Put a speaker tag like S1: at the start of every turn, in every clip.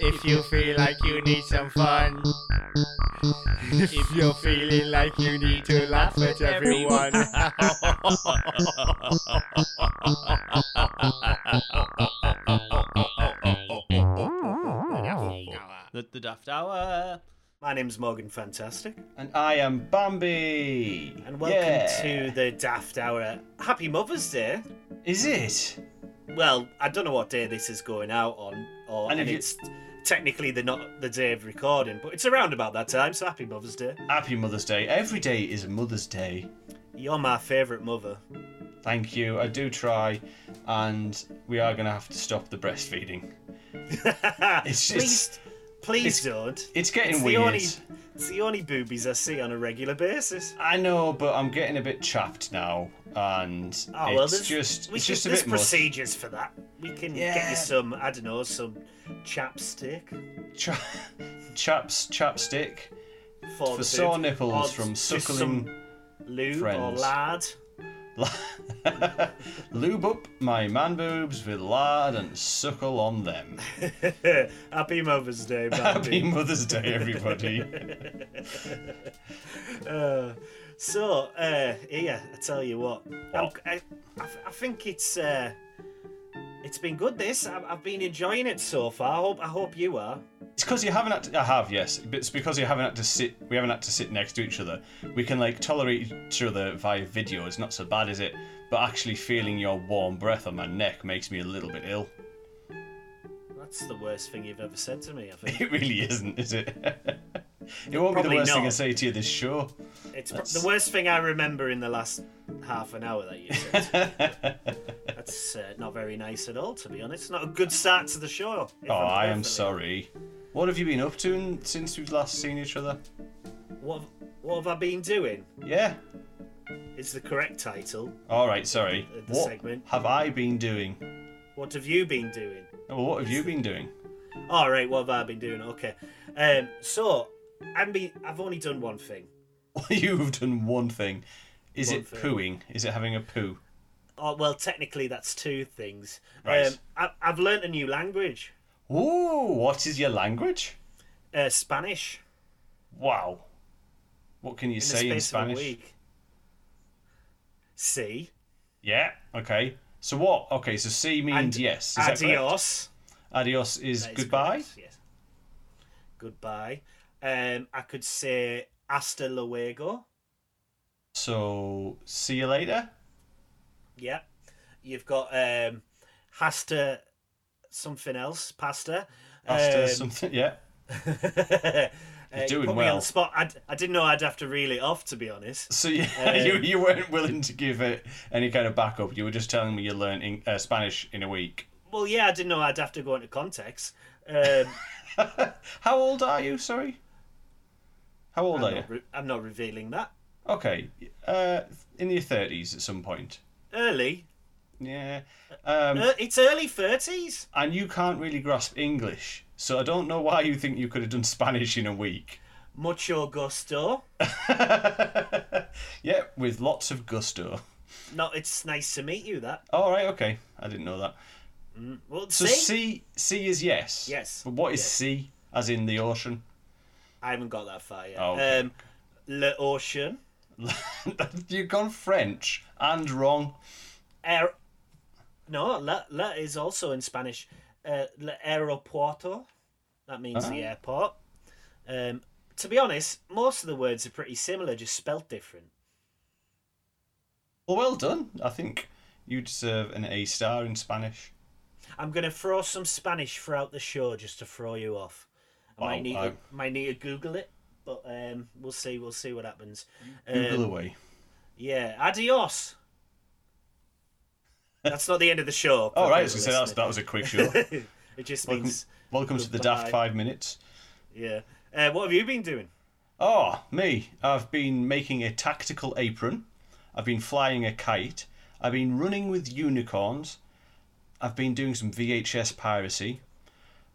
S1: If you feel like you need some fun, if you're feeling like you need to laugh at everyone,
S2: The, the Daft Hour.
S3: My name's Morgan Fantastic,
S4: And I am Bambi.
S3: and welcome
S4: Yeah.
S3: to the Daft Hour. Happy Mother's Day.
S4: Is it?
S3: Well, I don't know what day this is going out on, or
S4: And
S3: and,
S4: if you-
S3: it's technically the not the day of recording, but it's around about that time. So happy Mother's Day.
S4: Happy Mother's Day. Every day is Mother's Day.
S3: You're my favourite mother.
S4: Thank you. I do try, and we are going to have to stop the breastfeeding. It's
S3: please,
S4: just. it's-
S3: please don't.
S4: It's getting
S3: It's the
S4: weird.
S3: only, it's the only boobies I see on a regular basis.
S4: I know, but I'm getting a bit chapped now, and
S3: Oh well,
S4: it's
S3: there's
S4: just
S3: we
S4: it's
S3: can-
S4: just a
S3: there's
S4: bit much.
S3: procedures for that. We can get
S4: Yeah.
S3: you some, I don't know, some chapstick
S4: Cha- chaps chapstick
S3: for,
S4: for
S3: the
S4: sore
S3: food, or
S4: nipples from
S3: just some
S4: suckling.
S3: lube or
S4: friends.
S3: lard.
S4: Lube up my man boobs with lard and suckle on them.
S3: Happy Mother's Day,
S4: Happy
S3: Bambi.
S4: Mother's Day, everybody.
S3: Uh, so, uh, yeah, I tell you what, I'm, I, I, I think it's uh, it's been good. This I, I've been enjoying it so far. I hope I hope you are.
S4: It's because you haven't had to, I have, yes. But it's because you haven't had to sit. We haven't had to sit next to each other. We can like tolerate each other via video. It's not so bad, is it? But actually feeling your warm breath on my neck makes me a little bit ill.
S3: That's the worst thing you've ever said to me. I think
S4: It really isn't, is it? it won't be the
S3: Probably
S4: worst thing I
S3: not.
S4: say to you this show.
S3: it's pro- the worst thing I remember in the last half an hour that you said. That's uh, not very nice at all, to be honest. Not a good start to the show. if
S4: Oh,
S3: I'm
S4: I am
S3: perfectly-
S4: sorry. What have you been up to in- since we've last seen each other?
S3: What what have I been doing?
S4: Yeah.
S3: Is the correct title.
S4: All right, sorry.
S3: The- the
S4: what
S3: segment.
S4: have I been doing?
S3: What have you been doing?
S4: Oh, Well, what have you been doing?
S3: All right, what have I been doing? Okay, um, so I've been, I've only done one thing.
S4: You've done one thing. Is
S3: One
S4: it
S3: thing.
S4: pooing? Is it having a poo?
S3: Oh, well, technically that's two things.
S4: Right.
S3: Um, I, I've learnt a new language,
S4: Ooh, what is your language?
S3: uh, Spanish,
S4: Wow. What can you
S3: in
S4: say
S3: the
S4: in
S3: space of a
S4: Spanish?
S3: week. See,
S4: Yeah, okay. So what? Okay, so C means
S3: And
S4: yes. Is that correct?
S3: adios.
S4: Adios is
S3: That is
S4: goodbye.
S3: correct, yes. Goodbye. Um, I could say hasta luego.
S4: So see you later.
S3: Yeah. You've got um, hasta something else, pasta.
S4: Pasta
S3: Um,
S4: something. Yeah.
S3: Uh, you
S4: doing
S3: put Me on
S4: well.
S3: the spot. I, I didn't know I'd have to reel it off, to be honest.
S4: So you,
S3: um,
S4: you you weren't willing to give it any kind of backup. You were just telling me you learned in, uh, Spanish in a week.
S3: Well, yeah, I didn't know I'd have to go into context. Um,
S4: How old are you? Sorry. How old
S3: I'm,
S4: are you?
S3: not re- I'm not revealing that
S4: Okay, uh, in your thirties at some point.
S3: early.
S4: Yeah, um,
S3: Uh, it's early thirties.
S4: and you can't really grasp English, so I don't know why you think you could have done Spanish in a week.
S3: Mucho gusto.
S4: yeah, with lots of gusto.
S3: No, it's nice to meet you. That
S4: All right, okay, I didn't know that.
S3: well,
S4: So
S3: see,
S4: C C is yes.
S3: Yes,
S4: But what is
S3: yes.
S4: C? As in the ocean?
S3: I haven't got that far yet.
S4: Oh, okay.
S3: Um, Le ocean.
S4: You've gone French and wrong.
S3: Air. No, la, la is also in Spanish. Uh, la aeropuerto. That means
S4: Ah.
S3: the airport. Um, to be honest, most of the words are pretty similar, just spelt different.
S4: Well, well done. I think you deserve an A star in Spanish.
S3: I'm going to throw some Spanish throughout the show just to throw you off. I
S4: Wow,
S3: might need to,
S4: I-
S3: might need to Google it, but um, we'll see. We'll see what happens.
S4: Google
S3: Um,
S4: away.
S3: yeah, adios. That's not the end of the show.
S4: All right, I was
S3: for
S4: gonna say that's,
S3: people
S4: that was a quick show.
S3: listening. it just
S4: Welcome,
S3: means
S4: welcome to the Daft
S3: Goodbye.
S4: Five Minutes.
S3: yeah. Uh, what have you been doing?
S4: Oh, me. I've been making a tactical apron. I've been flying a kite. I've been running with unicorns. I've been doing some VHS piracy.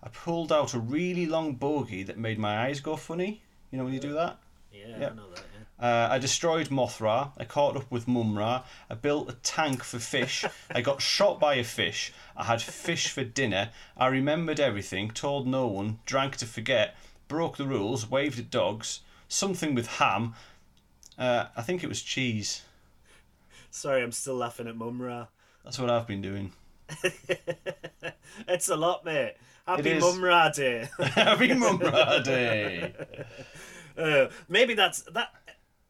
S4: I pulled out a really long bogey that made my eyes go funny. You know when you do that?
S3: Yeah,
S4: Yeah.
S3: I know that. Yeah.
S4: Uh, I destroyed Mothra. I caught up with Mumra. I built a tank for fish. I got shot by a fish. I had fish for dinner. I remembered everything, told no one, drank to forget, broke the rules, waved at dogs, something with ham. Uh, I think it was cheese.
S3: Sorry, I'm still laughing at Mumra.
S4: That's what I've been doing.
S3: It's a lot, mate. Happy
S4: is.
S3: Mumra Day.
S4: Happy Mumra Day!
S3: Uh, maybe that's that.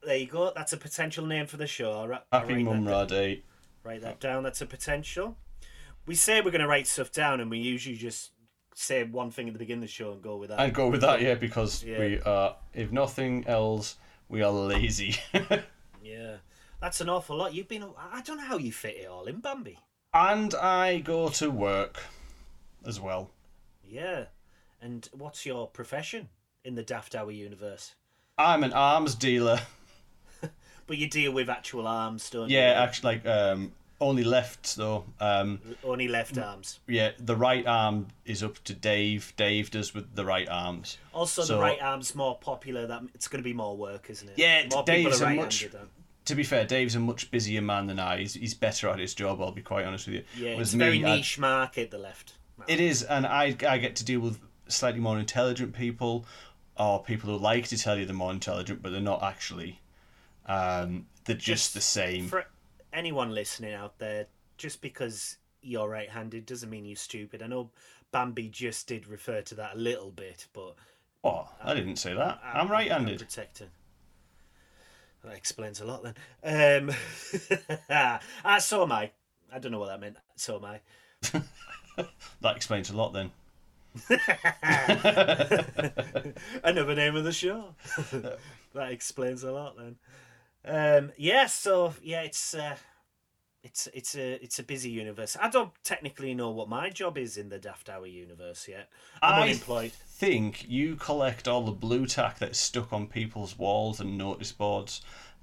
S3: There you go. That's a potential name for the show. Ra-
S4: Happy
S3: write that-
S4: Mumra Day.
S3: Write that down. That's a potential. We say we're going to write stuff down, and we usually just say one thing at the beginning of the show and go with that.
S4: I'd go with that, yeah, because
S3: Yeah.
S4: we are, if nothing else, we are lazy.
S3: Yeah, that's an awful lot. You've been. I- I don't know how you fit it all in, Bambi.
S4: and I go to work as well.
S3: Yeah. And what's your profession in the Daft Hour universe?
S4: I'm an arms dealer.
S3: But you deal with actual arms, don't you?
S4: Yeah, actually, like um, only left though. Um,
S3: Only left arms.
S4: yeah, the right arm is up to Dave. Dave does with the right arms.
S3: Also, the
S4: So-
S3: right arm's more popular. That it's going to be more work, isn't it?
S4: Yeah,
S3: more
S4: Dave's a
S3: people are
S4: much-
S3: right-handed. aren't-
S4: To be fair, Dave's a much busier man than I. He's, he's better at his job. I'll be quite honest with you.
S3: Yeah,
S4: Whereas
S3: it's a very
S4: me, I-
S3: niche market. The left.
S4: It is, and I I get to deal with slightly more intelligent people, or people who like to tell you they're more intelligent, but they're not actually. Um, they're just the same.
S3: For anyone listening out there, just because you're right-handed doesn't mean you're stupid. I know Bambi just did refer to that a little bit, but
S4: What? I didn't say that.
S3: Ah,
S4: I'm right-handed.
S3: protector. That explains a lot then. Um, ah, so am I. I don't know what that meant. So am I.
S4: That explains a lot then.
S3: Another name of the show. that explains a lot then. Um, yeah, so yeah, it's uh, it's it's a it's a busy universe. I don't technically know what my job is in the Daft Hour universe yet. I'm
S4: I
S3: unemployed.
S4: think you collect all the blue tack that's stuck on people's walls and notice boards.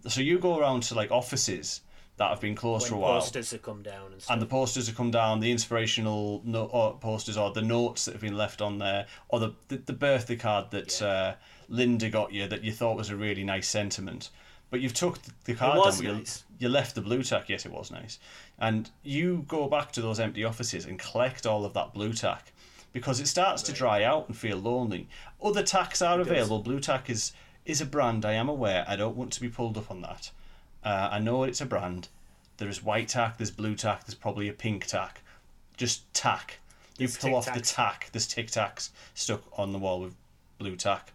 S4: So you go around to like offices that have been closed
S3: When
S4: for a while,
S3: posters have come down and stuff.
S4: and the posters have come down, the inspirational no- or posters or the notes that have been left on there, or the the, the birthday card that uh, Linda got you that you thought was a really nice sentiment. But you've took the- the card
S3: was
S4: down. but you-
S3: nice.
S4: You, left the blue tack. Yes, it was nice. And you go back to those empty offices and collect all of that blue tack because it starts to dry out and feel lonely. Other tacks are available. Blue tack is is a brand. I am aware. I don't want to be pulled up on that. Uh, I know it's a brand. There is white tack. There's blue tack. There's probably a pink tack. Just tack. You
S3: There's
S4: pull off the
S3: tic-tacs.
S4: tack. There's tic tacs stuck on the wall with blue tack,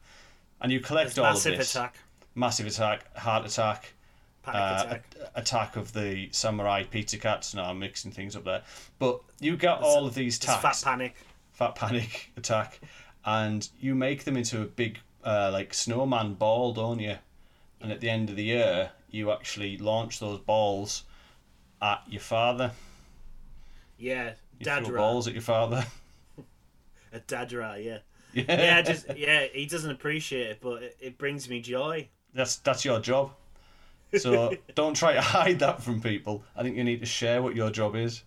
S4: and you collect
S3: There's
S4: all
S3: massive
S4: of this.
S3: attack,
S4: Massive attack. Heart attack
S3: panic
S4: uh,
S3: attack.
S4: attack of the samurai Peter Cats. No, I'm mixing things up there. But you get all of these
S3: There's
S4: tacks,
S3: fat panic.
S4: Fat panic attack, and you make them into a big uh, like snowman ball, don't you? And at the end of the year, you actually launch those balls at your father.
S3: Yeah,
S4: You throw
S3: Dadra.
S4: balls at your father.
S3: A Dadra, yeah.
S4: yeah,
S3: Yeah, just yeah, he doesn't appreciate it, but it, it brings me joy.
S4: that's that's your job. So don't try to hide that from people. I think you need to share what your job is.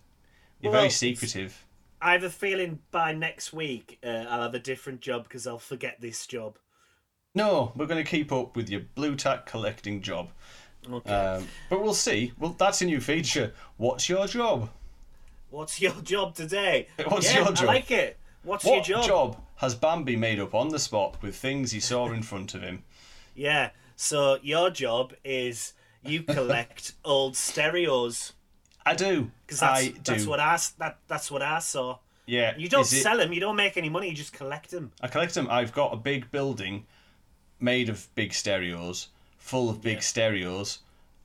S4: You're
S3: Well,
S4: very
S3: it's-
S4: secretive.
S3: I have a feeling by next week uh, I'll have a different job because I'll forget this job.
S4: No, we're going to keep up with your blue tack collecting job.
S3: Okay.
S4: Um, but we'll see. Well, that's a new feature. What's your job?
S3: What's your job today?
S4: What's
S3: yeah,
S4: your
S3: I
S4: job?
S3: like it. What's
S4: what
S3: your job?
S4: has Bambi made up on the spot with things he saw in front of him?
S3: Yeah. So your job is you collect old stereos
S4: I do.
S3: because
S4: I
S3: that's
S4: do.
S3: that's what I s- that that's what I saw.
S4: yeah.
S3: You don't
S4: is it-
S3: sell them. You don't make any money. You just collect them.
S4: I collect them. I've got a big building made of big stereos, full of big stereos.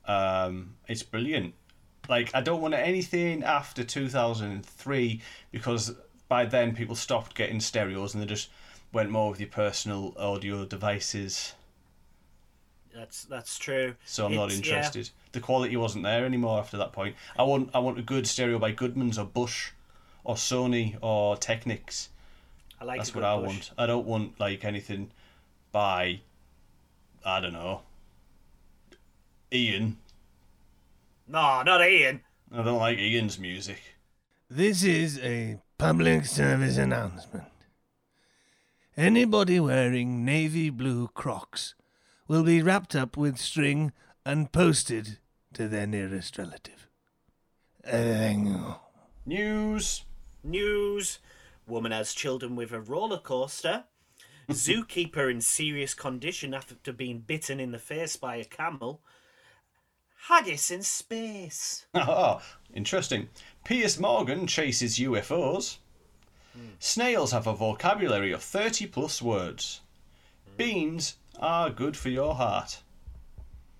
S4: Um, it's brilliant. Like I don't want anything after two thousand and three because by then people stopped getting stereos and they just went more with your personal audio devices.
S3: That's that's true.
S4: So I'm not
S3: It's- yeah.
S4: interested. The quality wasn't there anymore after that point. I want I want a good stereo by Goodman's or Bush, or Sony or Technics.
S3: I like
S4: That's
S3: a
S4: what
S3: good
S4: I
S3: push.
S4: want. I don't want like anything by I don't know Ian.
S3: No, not Ian.
S4: I don't like Ian's music.
S5: This is a public service announcement. Anybody wearing navy blue crocs will be wrapped up with string and posted to their nearest relative. Everything.
S4: News.
S3: News Woman has children with a roller coaster. Zookeeper in serious condition after being bitten in the face by a camel. Haggis in space.
S4: Ah, interesting. Piers Morgan chases UFOs. Snails have a vocabulary of 30 plus words. Beans are good for your heart.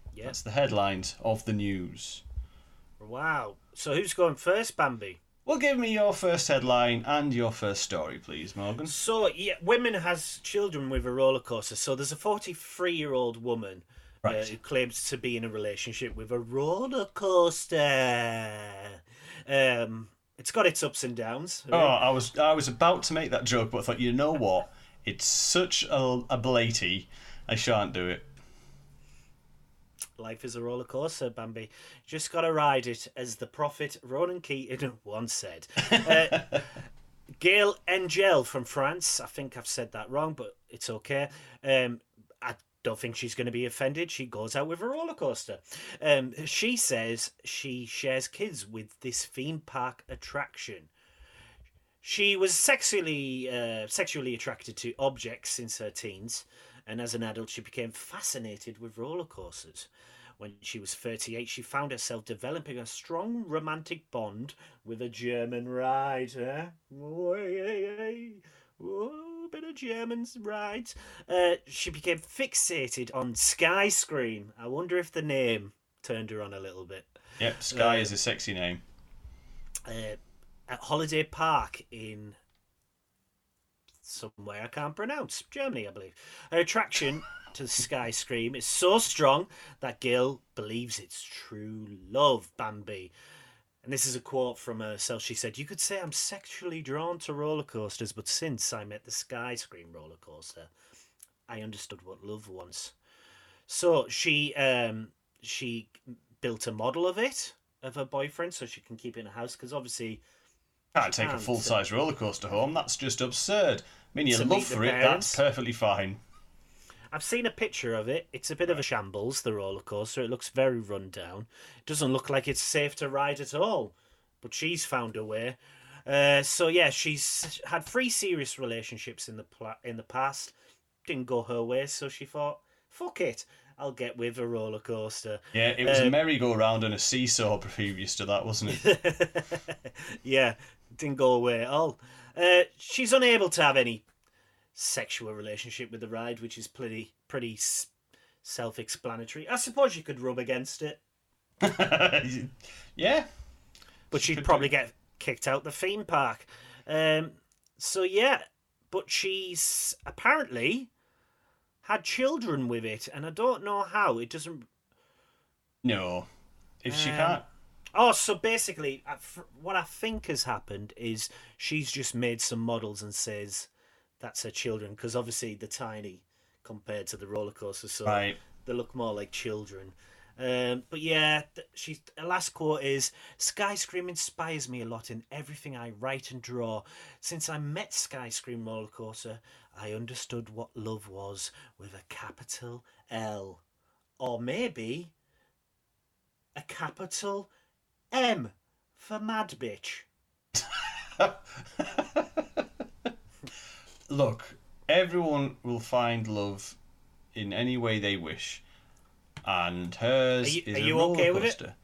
S4: That's
S3: Yes.
S4: the headlines of the news.
S3: Wow. So who's going first, Bambi?
S4: Well, give me your first headline and your first story, please, Morgan.
S3: So yeah, women has children with a roller coaster. So there's a 43 year old woman uh,
S4: Right.
S3: who claims to be in a relationship with a roller coaster. Um, it's got its ups and downs.
S4: Oh, I was I was about to make that joke, but I thought, you know what? It's such a, a blatey. I shan't do it.
S3: Life is a roller coaster, Bambi. Just gotta ride it, as the prophet Ronan Keaton once said. Uh, Gail Engel from France. I think I've said that wrong, but it's okay. Um, I don't think she's going to be offended. She goes out with a roller coaster. Um, she says she shares kids with this theme park attraction. She was sexually uh, sexually attracted to objects since her teens, and as an adult, she became fascinated with roller coasters. When she was 38, she found herself developing a strong romantic bond with a German rider. Oh, yeah, yeah. Oh, bit of German rides. Uh, she became fixated on Sky Scream. I wonder if the name turned her on a little bit.
S4: Yep, Sky is a sexy name.
S3: Uh, at Holiday Park in somewhere I can't pronounce, Germany, I believe. Her attraction to Sky Scream is so strong that Gail believes it's true love, Bambi. And this is a quote from herself. She said, You could say I'm sexually drawn to roller coasters, but since I met the Sky Scream roller coaster, I understood what love was. So she um, she built a model of it, of her boyfriend, so she can keep it in the house, because obviously
S4: Can't take a
S3: can't, so-
S4: full size roller coaster home. That's just absurd. I mean, your
S3: To
S4: love
S3: meet the
S4: for it, that's
S3: parents.
S4: perfectly fine.
S3: I've seen a picture of it. It's a bit of a shambles, the roller coaster. It looks very run down. It doesn't look like it's safe to ride at all. But she's found a way. Uh, so yeah, she's had three serious relationships in the pla- in the past. Didn't go her way, so she thought, "Fuck it, I'll get with a roller coaster."
S4: Yeah, it was
S3: Uh,
S4: a merry-go-round and a seesaw previous to that, wasn't it?
S3: yeah, didn't go away at all. Uh, she's unable to have any sexual relationship with the ride, which is pretty pretty s- self-explanatory. I suppose you could rub against it,
S4: yeah.
S3: but she'd probably get kicked out the theme park. Um, so yeah, but she's apparently had children with it, and I don't know how. It doesn't
S4: No. If she
S3: Um,
S4: can't.
S3: Oh, so basically, I- f- what I think has happened is she's just made some models and says that's her children because obviously they're tiny compared to the roller coaster, so
S4: Right.
S3: they look more like children. Um, but yeah, th- she's her last quote is Sky Scream inspires me a lot in everything I write and draw. Since I met Sky Scream roller coaster, I understood what love was with a capital L, or maybe a capital M for mad bitch.
S4: Look, everyone will find love in any way they wish, and hers
S3: Are you-
S4: is
S3: are
S4: a
S3: you
S4: roller
S3: okay with it?
S4: coaster.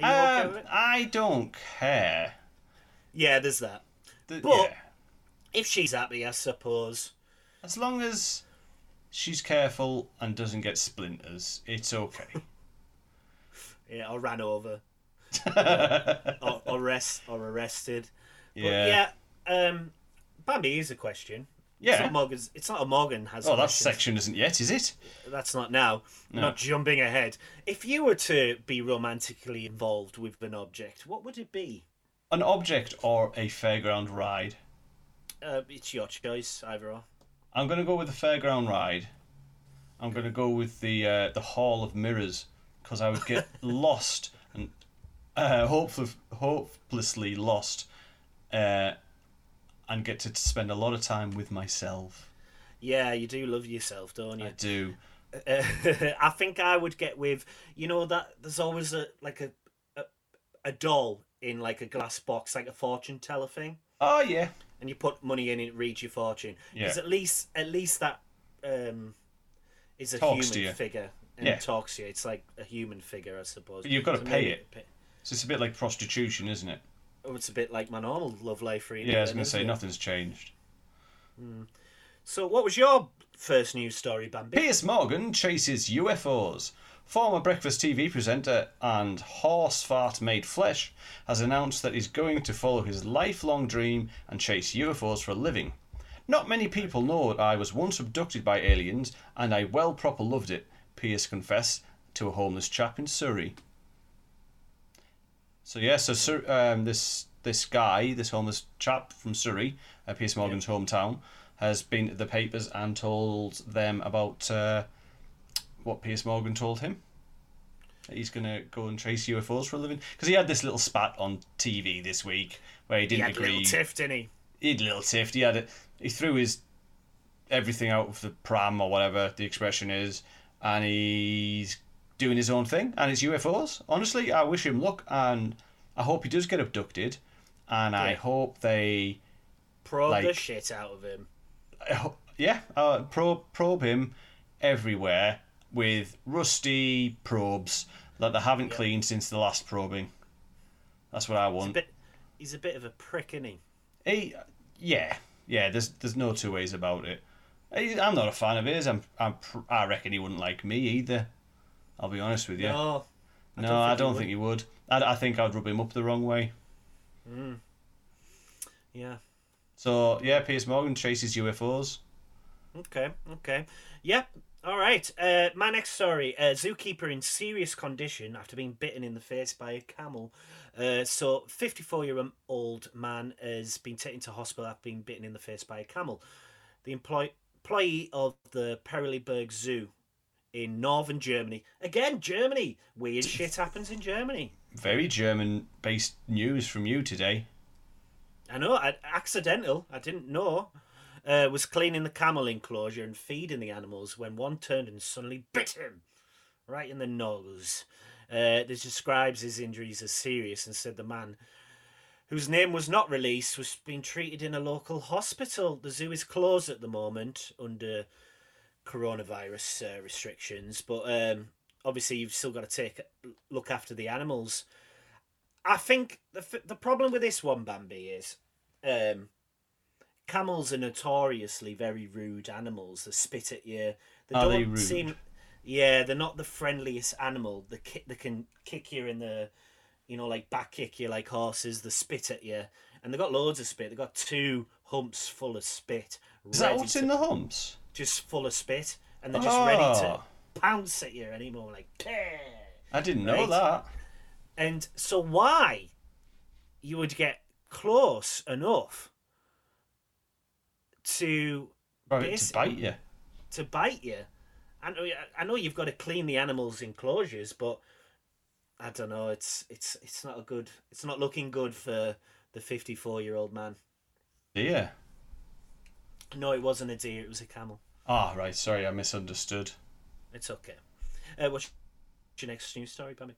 S3: Are you okay
S4: Um,
S3: with it?
S4: I don't care.
S3: Yeah, there's that.
S4: The-
S3: But-
S4: yeah.
S3: If she's happy, I suppose.
S4: As long as she's careful and doesn't get splinters, it's okay.
S3: Yeah, or ran over, or, or arrest, or arrested. But
S4: yeah.
S3: yeah, um, Bambi is a question.
S4: Yeah.
S3: It's not Morgan's. It's not a Morgan has.
S4: Oh, that
S3: questions.
S4: section isn't yet, is it?
S3: That's not now. Not jumping ahead. If you were to be romantically involved with an object, what would it be?
S4: An object or a fairground ride?
S3: Uh, it's your choice, either or.
S4: I'm gonna go with the fairground ride. I'm gonna go with the uh, the Hall of Mirrors because I would get lost and uh, hopefully hopelessly lost, uh, and get to spend a lot of time with myself.
S3: Yeah, you do love yourself, don't you?
S4: I do,
S3: Uh, I think I would get with you know that there's always a like a a, a doll in like a glass box, like a fortune teller thing,
S4: Oh yeah.
S3: and you put money in, and it reads your fortune. Because
S4: Yeah.
S3: at least at least that um, is a
S4: Talks to you.
S3: human figure and
S4: Yeah.
S3: talks to you. It's like a human figure, I suppose.
S4: But you've gotta
S3: So
S4: pay
S3: maybe
S4: it. So it's a bit like prostitution, isn't it?
S3: Oh, it's a bit like my normal love life reading.
S4: Yeah, I was
S3: then,
S4: gonna
S3: isn't
S4: say
S3: it?
S4: nothing's changed.
S3: So, what was your first news story, Bambi?
S4: Piers Morgan chases UFOs. Former breakfast TV presenter and horse fart made flesh has announced that he's going to follow his lifelong dream and chase UFOs for a living. Not many people know that I was once abducted by aliens and I well proper loved it, Pierce confessed to a homeless chap in Surrey. So yeah, so Sur- um, this this guy, this homeless chap from Surrey, uh, Pierce Morgan's hometown, has been to the papers and told them about uh, what Pierce Morgan told him. That He's gonna go and chase UFOs for a living because he had this little spat on TV this week where he
S3: He
S4: didn't
S3: had a
S4: agree.
S3: little tiff, didn't he?
S4: he had a little tiff. He had it. He threw his everything out of the pram or whatever the expression is, and he's doing his own thing. And it's UFOs. Honestly, I wish him luck, and I hope he does get abducted, and I
S3: Yeah.
S4: hope they,
S3: Probe the
S4: Like-
S3: shit out of him.
S4: I ho- yeah, uh, probe probe him everywhere with rusty probes that they haven't cleaned since the last probing. That's what I
S3: He's a
S4: want.
S3: bit, he's a bit of a prick, isn't he?
S4: He, yeah, yeah. There's there's no two ways about it. He, I'm not a fan of his. I'm, I'm pr- I reckon he wouldn't like me either. I'll be honest with you. No,
S3: No,
S4: I
S3: I
S4: don't
S3: don't
S4: think he would. I, I think I'd rub him up the wrong way.
S3: yeah.
S4: So yeah, Piers Morgan chases UFOs.
S3: Okay, okay. Yep. All right. Uh, my next story: uh, zookeeper in serious condition after being bitten in the face by a camel. Uh, so, fifty-four-year-old man has been taken to hospital after being bitten in the face by a camel. The employ- employee of the Pereliberg Zoo in northern Germany. Again, Germany. Weird shit happens in Germany.
S4: Very German-based news from you today.
S3: I know, I, accidental. I didn't know. Uh, was cleaning the camel enclosure and feeding the animals when one turned and suddenly bit him right in the nose. Uh, this describes his injuries as serious and said the man, whose name was not released, was being treated in a local hospital. The zoo is closed at the moment under coronavirus uh, restrictions, but um, obviously you've still got to take look after the animals. I think the f- the problem with this one, Bambi, is um, camels are notoriously very rude animals. They spit at you. They
S4: Are
S3: don't
S4: they rude?
S3: seem. Yeah, they're not the friendliest animal. They ki- they can kick you in the, you know, like back kick you like horses. They spit at you, and they got loads of spit. They got two humps full of spit.
S4: Is that
S3: ready
S4: what's
S3: to-
S4: in the humps?
S3: just full of spit, and they're just ready
S4: Oh.
S3: to pounce at you anymore, like. "Pah!"
S4: I didn't know
S3: Right.
S4: that.
S3: And so, why you would get close enough to
S4: Right, to
S3: Basic-
S4: bite you.
S3: to bite you? I know, I know you've got to clean the animals' enclosures, but I don't know. It's it's it's not a good. It's not looking good for the fifty-four-year-old man.
S4: Yeah.
S3: No, it wasn't a deer. It was a camel.
S4: Ah, right. Sorry, I misunderstood.
S3: It's okay. Uh, what's your next news story, Pammy?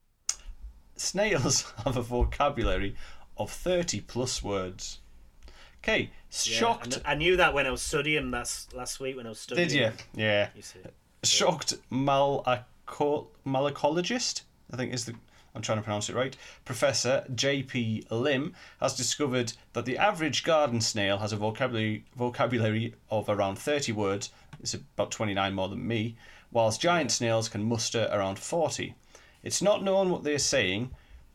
S4: snails have a vocabulary of 30 plus words. Okay,
S3: Yeah, I,
S4: shocked.
S3: kn- I knew that when I was studying last last week when I was studying.
S4: Did you? Yeah.
S3: You see.
S4: Shocked malaco- malacologist, I think is the. I'm trying to pronounce it right. Professor J.P. Lim has discovered that the average garden snail has a vocabulary vocabulary of around 30 words. It's about 29 more than me, whilst giant snails can muster around 40. It's not known what they're saying,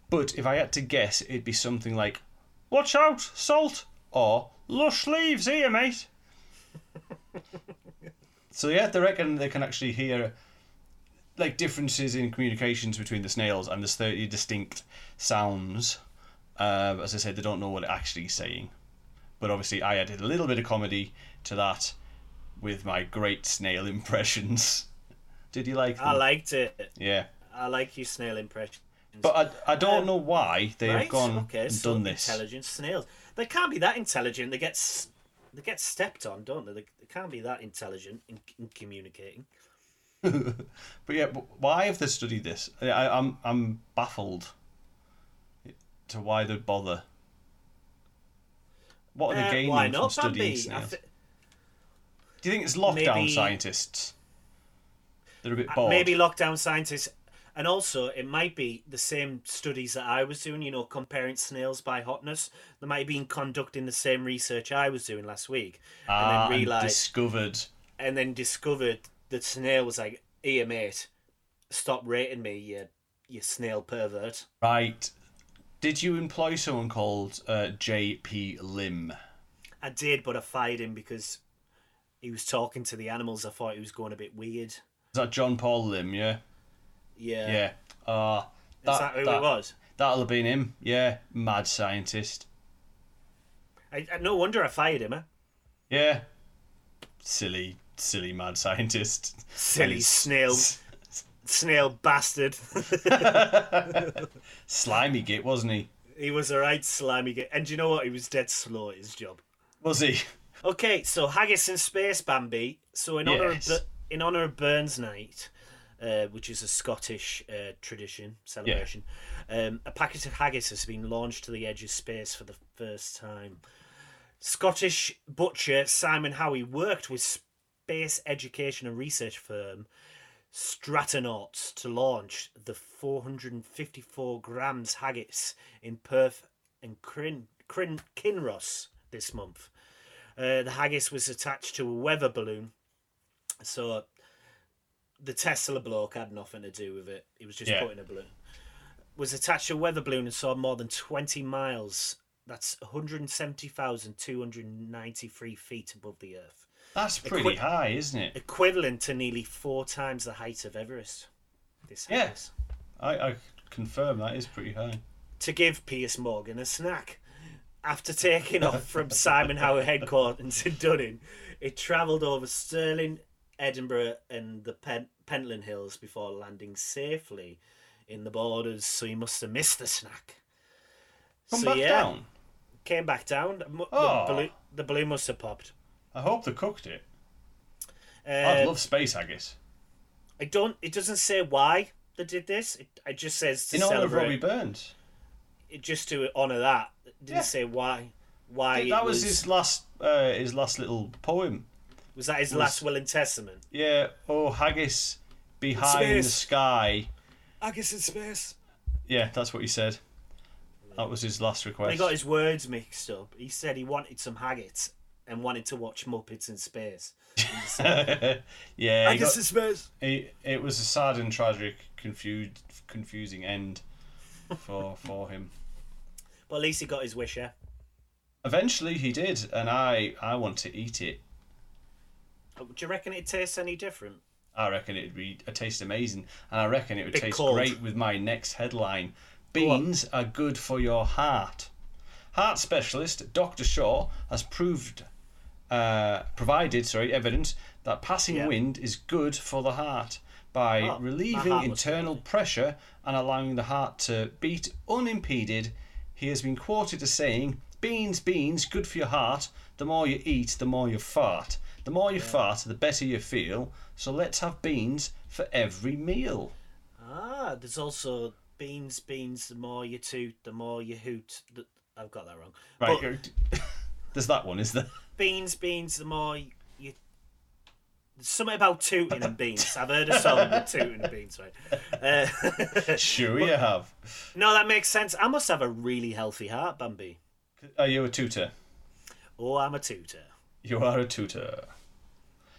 S4: but if I had to guess, it'd be something like, "Watch out, salt," or "Lush leaves here, mate." So yeah, they reckon they can actually hear like differences in communications between the snails, and there's thirty distinct sounds. Uh, as I said, they don't know what it's actually saying, but obviously I added a little bit of comedy to that with my great snail impressions. Did you like? Them?
S3: I liked it.
S4: Yeah,
S3: I like your snail impression.
S4: but I, I don't
S3: Um,
S4: know why they have
S3: Right?
S4: gone
S3: okay,
S4: and
S3: so
S4: done this.
S3: Intelligent snails. They can't be that intelligent. They get s- they get stepped on, don't they? They, they can't be that intelligent in, in communicating.
S4: but yeah, but why have they studied this? I, I- I'm I'm baffled to why they'd bother. What are
S3: Uh,
S4: they gaining
S3: why
S4: from
S3: not, Bambi?
S4: studying
S3: I
S4: snails?
S3: thi-
S4: Do you think it's lockdown
S3: Maybe-
S4: scientists? They're a bit
S3: Uh,
S4: bored.
S3: Maybe lockdown scientists. And also, it might be the same studies that I was doing, you know, comparing snails by hotness. They might have been conducting the same research I was doing last week.
S4: ah,
S3: and then realised,
S4: discovered.
S3: and then discovered that snail was like, here, mate, stop rating me, you, you snail pervert.
S4: Right. Did you employ someone called uh, J.P. Lim?
S3: I did, but I fired him because he was talking to the animals. I thought he was going a bit weird.
S4: Is that John Paul Lim? Yeah.
S3: Yeah.
S4: Yeah. Ah.
S3: Is that who it was?
S4: That'll have been him. Yeah. Mad scientist.
S3: I, I, no wonder I fired him, eh?
S4: Yeah. Silly, silly mad scientist.
S3: Silly snail, snail bastard.
S4: Slimy git, wasn't he?
S3: He was a right slimy guy. And do you know what? He was dead slow at his job.
S4: Was he?
S3: Okay, so Haggis in Space, Bambi. So in honor
S4: Yes.
S3: of Bu- in honor of Burns Night, uh, which is a Scottish uh, tradition celebration, um, a packet of haggis has been launched to the edge of space for the first time. Scottish butcher Simon Howie worked with space education and research firm Stratonauts to launch the 454 grams haggis in Perth and Crin- Crin- Kinross this month. Uh, the haggis was attached to a weather balloon, so the Tesla bloke had nothing to do with it. He was just
S4: Yeah.
S3: putting a balloon. Was attached to a weather balloon and saw more than twenty miles. That's one hundred seventy thousand two hundred ninety-three feet above the Earth,
S4: That's pretty
S3: quick-
S4: high, isn't it?
S3: equivalent to nearly four times the height of Everest. This
S4: Yeah.
S3: haggis.
S4: I, I confirm that is pretty high.
S3: to give Piers Morgan a snack. After taking off from Simon Howe headquarters in Dunning, it travelled over Stirling, Edinburgh, and the Pen- Pentland Hills before landing safely in the borders, so he must have missed the snack.
S4: Come
S3: So,
S4: back
S3: yeah.
S4: down.
S3: Came back down. Mu-
S4: Aw.
S3: The, balloon, the balloon must have popped.
S4: I hope they cooked it. I'd
S3: Um,
S4: love space haggis.
S3: I don't. It doesn't say why they did this. It, it just says to
S4: In honor of
S3: celebrate.
S4: Robbie Burns.
S3: It just to honour that. It didn't
S4: Yeah.
S3: say why. Why
S4: That
S3: it
S4: was
S3: was,
S4: his last, uh, his last little poem.
S3: was that his last will and testament?
S4: Yeah. Oh, haggis behind the
S3: Space.
S4: sky.
S3: I guess in space.
S4: Yeah, that's what he said. That was his last request.
S3: He got his words mixed up. He said he wanted some haggis and wanted to watch Muppets in Space.
S4: yeah, he got-
S3: in Space.
S4: it, it was a sad and tragic, confused, confusing end for for him.
S3: But at least he got his wish, yeah.
S4: Eventually, he did, and I I want to eat it.
S3: Oh, Do you reckon it tastes any different?
S4: I reckon it'd be it taste amazing, and I reckon it would
S3: Bit
S4: taste
S3: cold.
S4: great with my next headline: beans are good for your heart. Heart specialist Dr. Shaw has proved, uh, provided sorry evidence that passing
S3: Yeah.
S4: wind is good for the heart by
S3: Oh, my
S4: relieving
S3: heart was
S4: internal pressure and allowing the heart to beat unimpeded. He has been quoted as saying, "Beans, beans, good for your heart. The more you eat, the more you fart. The more you fart, the better you feel. So let's have beans for every meal."
S3: Ah, there's also beans, beans, the more you toot, the more you hoot. Th- I've got that wrong.
S4: Right,
S3: But
S4: you're- there's that one, is there?
S3: beans, beans, the more you. There's something about tooting and beans. I've heard a song with tooting and beans, right? Uh,
S4: Sure, you have.
S3: no, that makes sense. I must have a really healthy heart, Bambi.
S4: Are you a tutor?
S3: Oh, I'm a tutor.
S4: You are a tutor.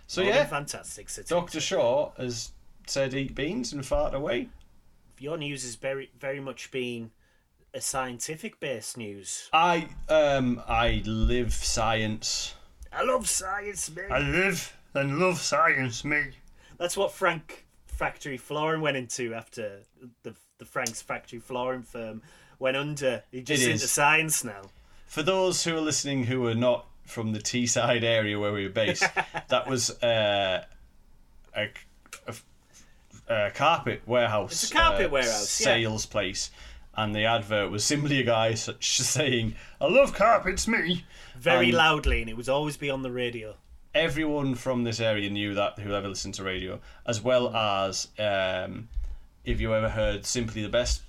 S4: So
S3: Morgan
S4: yeah,
S3: Fantastic City.
S4: Doctor Shaw has said eat beans and fart away.
S3: Your news has very, very much been a scientific based news.
S4: I um I live science.
S3: I love science, mate.
S4: live and love science, me.
S3: That's what Frank Factory Flooring went into after the, the Frank's Factory Flooring firm went under. He just
S4: It
S3: into
S4: is.
S3: science now.
S4: For those who are listening who are not from the Teesside area where we were based, that was uh, a, a, a carpet warehouse. uh,
S3: It's a carpet warehouse, yeah.
S4: Sales place. And the advert was simply a guy s- saying, I love carpets, me.
S3: Very
S4: Um,
S3: loudly, and it would always be on the radio.
S4: everyone from this area knew that who ever listened to radio, as well
S3: Mm.
S4: as um, if you ever heard "Simply the Best,"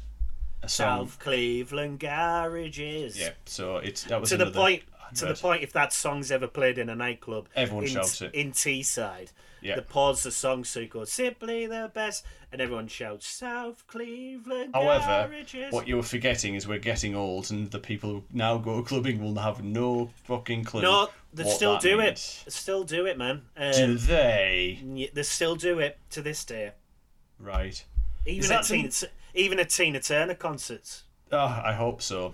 S4: a song.
S3: South Cleveland garages.
S4: Yeah, so it's that was
S3: To the
S4: another
S3: point. To the
S4: advert.
S3: point, if that song's ever played in a nightclub,
S4: Everyone
S3: in,
S4: shouts it.
S3: in Teesside.
S4: Yeah.
S3: They pause the song so it goes simply the best, and everyone shouts South Cleveland
S4: However,
S3: garages.
S4: what you were forgetting is we're getting old, and the people who now go clubbing will have no fucking clue.
S3: no, they
S4: what
S3: still
S4: that
S3: do
S4: means.
S3: it. They still do it, man.
S4: Do
S3: Um,
S4: they?
S3: y- they still do it to this day.
S4: Right.
S3: Even
S4: that
S3: at Tina, even at Tina Turner concerts.
S4: Oh, I hope so.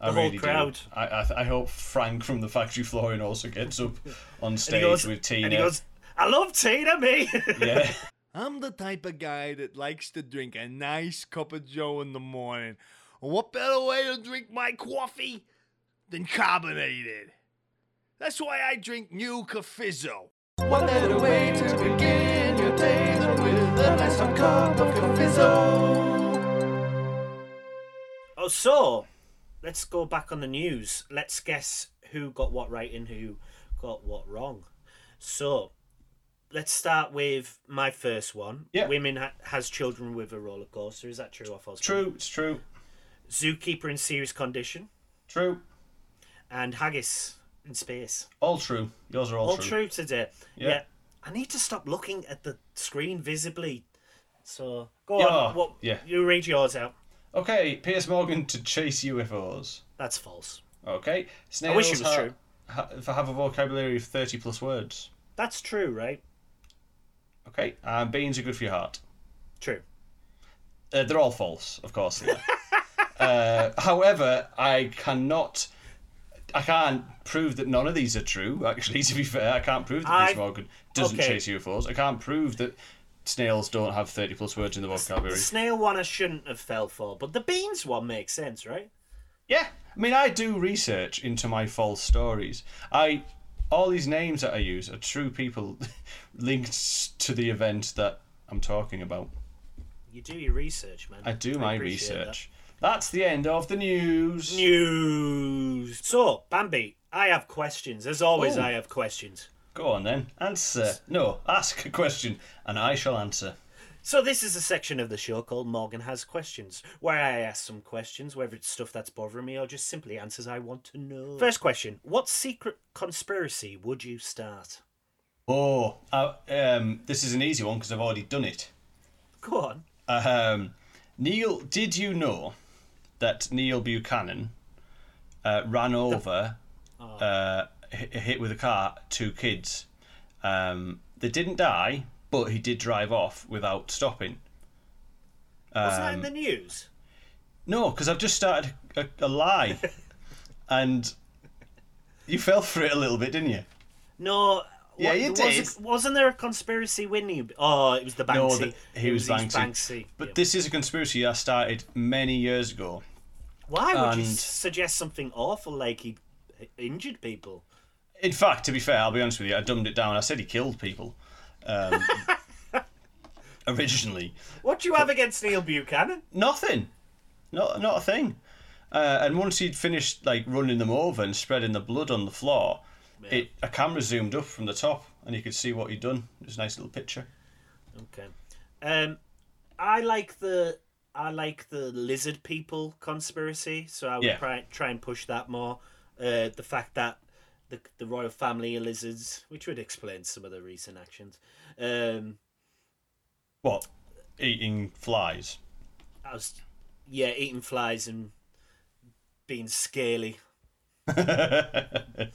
S4: I
S3: The whole
S4: really do.
S3: crowd.
S4: I, I, I hope Frank from the factory flooring also gets up on
S3: And he
S4: stage
S3: goes,
S4: with Tina.
S3: and he goes, "I love Tina, me."
S4: yeah.
S1: I'm the type of guy that likes to drink a nice cup of joe in the morning. What better way to drink my coffee than carbonated? That's why I drink new Cafizzo.
S6: What better way to begin your day than with a nice hot cup of Cafizzo?
S3: oh, so let's go back on the news. Let's guess who got what right and who got what wrong. So let's start with my first one.
S4: Yeah.
S3: Women ha- has children with a roller coaster. Is that true or false?
S4: True, it's true.
S3: Zookeeper in serious condition
S4: True.
S3: and haggis in space.
S4: All true. Yours are all,
S3: All true today.
S4: Yeah.
S3: I need to stop looking at the screen visibly. So go
S4: Yeah.
S3: on. What,
S4: Yeah.
S3: You read yours out.
S4: Okay, Piers Morgan to chase UFOs.
S3: That's false.
S4: Okay. Snails
S3: wish it was
S4: ha-
S3: true.
S4: Ha- for have a vocabulary of 30 plus words.
S3: That's true, right?
S4: Okay. And beans are good for your heart.
S3: True.
S4: Uh, they're all false, of course. they are. uh, however, I cannot. I can't prove that none of these are true. Actually, to be fair, I can't prove that
S3: I-
S4: Piers Morgan doesn't
S3: okay.
S4: chase UFOs. I can't prove that snails don't have thirty plus words in the
S3: The
S4: vocabulary.
S3: snail one I shouldn't have fell for, but the beans one makes sense, right?
S4: Yeah, I mean, I do research into my false stories. I all these names that I use are true people linked to the event that I'm talking about.
S3: You do your research, man.
S4: I do my
S3: appreciate that.
S4: research. That's the end of the news.
S3: News. So, Bambi, I have questions. As always,
S4: Ooh.
S3: I have questions.
S4: Go on then. Answer. No, ask a question and I shall answer.
S3: So this is a section of the show called Morgan Has Questions, where I ask some questions, whether it's stuff that's bothering me or just simply answers I want to know. First question: What secret conspiracy would you start?
S4: Oh, uh, um, this is an easy one because I've already done it.
S3: Go on.
S4: Um, Neil, did you know that Neil Buchanan uh, ran over, uh, hit, hit with a car, two kids? Um, they didn't die, but he did drive off without stopping.
S3: Wasn't that in
S4: Um,
S3: the news?
S4: No, because I've just started a, a lie, and you fell for it a little bit, didn't you?
S3: No.
S4: Yeah,
S3: what-
S4: you
S3: wasn't-
S4: did.
S3: Wasn't there a conspiracy when you? Oh, it was the Banksy.
S4: No, that he
S3: It
S4: was
S3: his
S4: Banksy. But this is a conspiracy I started many years ago.
S3: Why would you
S4: and-
S3: suggest something awful like he injured people?
S4: In fact, to be fair, I'll be honest with you, I dumbed it down. I said he killed people um, originally.
S3: What do you have against Neil Buchanan?
S4: Nothing, not not a thing. Uh, and once he'd finished like running them over and spreading the blood on the floor, it a camera zoomed up from the top and you could see what he'd done. It was a nice little picture.
S3: Okay. Um, I like the I like the lizard people conspiracy, so I would
S4: Yeah.
S3: try try and push that more. Uh, the fact that the the royal family are lizards, which would explain some of the recent actions. Um,
S4: What? Eating flies.
S3: I was yeah eating flies and being scaly. I,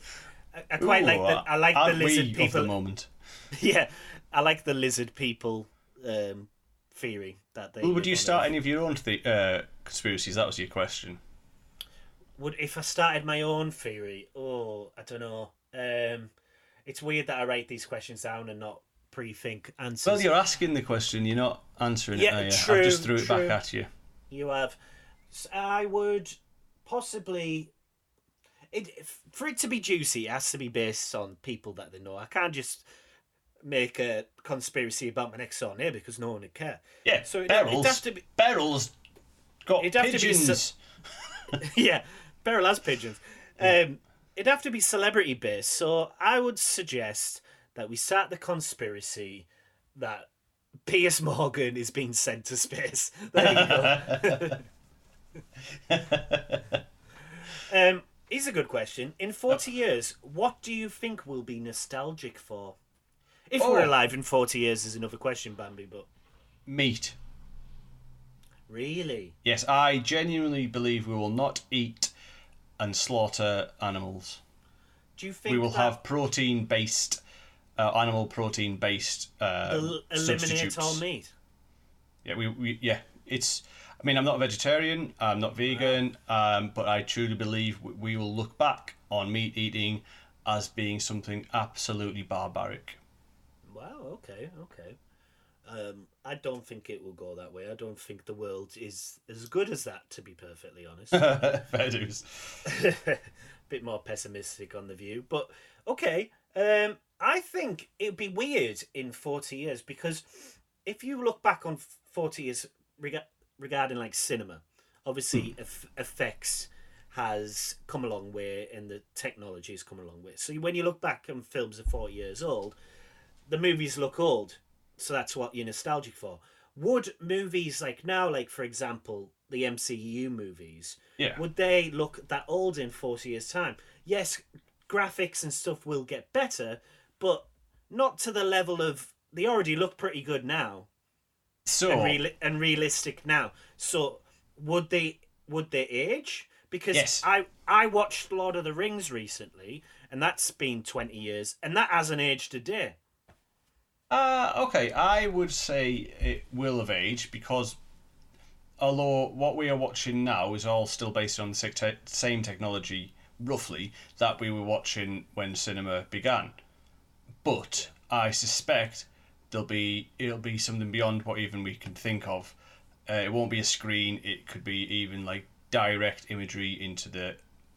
S3: I quite like
S4: Ooh, uh,
S3: the I like the
S4: aren't
S3: lizard
S4: we of the
S3: people.
S4: moment.
S3: yeah, I like the lizard people um, theory that they.
S4: Well, would
S3: live
S4: you
S3: on Earth.
S4: start any of your own th- uh, conspiracies? That was your question.
S3: would if I started my own theory? Oh, I don't know. Um, it's weird that I write these questions down and not pre-think answers.
S4: Well, you're asking the question, you're not answering
S3: Yeah,
S4: it, are you?
S3: true,
S4: I just threw it
S3: true.
S4: back at you.
S3: You have. s- I would possibly. It f- for it to be juicy, it has to be based on people that they know. I can't just make a conspiracy about my next door neighbour because no one would care.
S4: Yeah,
S3: So it'd-
S4: Beryl's,
S3: it'd have to be-
S4: Beryl's got
S3: It'd have to be
S4: pigeons.
S3: so- yeah, Beryl has pigeons. Um, it'd have to be celebrity based. So I would suggest that we start the conspiracy that Piers Morgan is being sent to space. There you go. um, here's a good question. In
S4: Oh.
S3: 40 years, what do you think we'll be nostalgic for? If we're
S4: Oh.
S3: alive in 40 years is another question, Bambi, but
S4: Meat.
S3: really?
S4: Yes, I genuinely believe we will not eat and slaughter animals.
S3: Do you think
S4: We will
S3: that
S4: have protein based, uh, animal protein based uh,
S3: el- eliminate
S4: substitutes.
S3: all meat?
S4: Yeah, we, we yeah, it's. I mean, I'm not a vegetarian. I'm not vegan. Um, but I truly believe w- we will look back on meat eating as being something absolutely barbaric.
S3: Wow. Okay. Okay. Um, I don't think it will go that way. I don't think the world is as good as that. To be perfectly honest,
S4: Fair dues.
S3: bit more pessimistic on the view. But okay. Um, I think it'd be weird in forty years because if you look back on forty years reg- regarding like cinema, obviously eff- effects has come a long way and the technology has come a long way. So when you look back on films of forty years old, the movies look old, so that's what you're nostalgic for. Would movies like now, like for example, the MCU movies,
S4: Yeah.
S3: would they look that old in 40 years' time? Yes, graphics and stuff will get better, but not to the level of they already look pretty good now
S4: So
S3: and, reali and realistic now. So would they would they age? Because
S4: Yes.
S3: I I watched Lord of the Rings recently, and that's been 20 years, and that hasn't aged a day.
S4: Uh, okay, I would say it will of age because although what we are watching now is all still based on the sec- te- same technology, roughly, that we were watching when cinema began. But I suspect there'll be it'll be something beyond what even we can think of. Uh, it won't be a screen. It could be even like direct imagery into the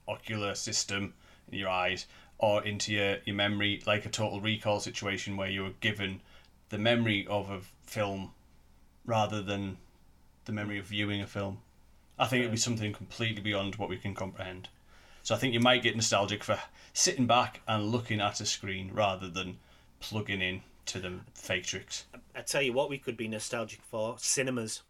S4: ocular system in your eyes or into your, your memory, like a total recall situation where you were given the memory of a film rather than the memory of viewing a film. I think it'd be something completely beyond what we can comprehend. So I think you might get nostalgic for sitting back and looking at a screen rather than plugging in to the fake tricks.
S3: I tell you what, we could be nostalgic for cinemas.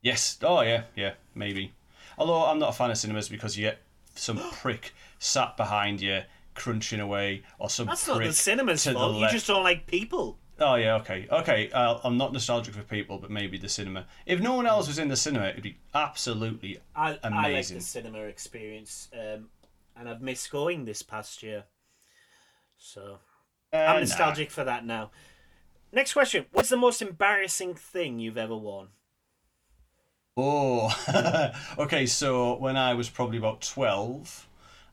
S4: Yes. Oh yeah. Yeah. Maybe. Although I'm not a fan of cinemas because you get some prick sat behind you crunching away, or some
S3: That's
S4: prick
S3: not the cinemas
S4: to
S3: fault.
S4: the
S3: You
S4: left.
S3: just don't like people.
S4: Oh yeah. Okay. Okay. Uh, I'm not nostalgic for people, but maybe the cinema. If no one else was in the cinema, it'd be absolutely
S3: I, I like
S4: Amazing.
S3: the cinema experience, um, and I've missed going this past year. So
S4: Uh, nah.
S3: I'm nostalgic for that now. Next question: What's the most embarrassing thing you've ever worn?
S4: Oh, okay. So when I was probably about twelve,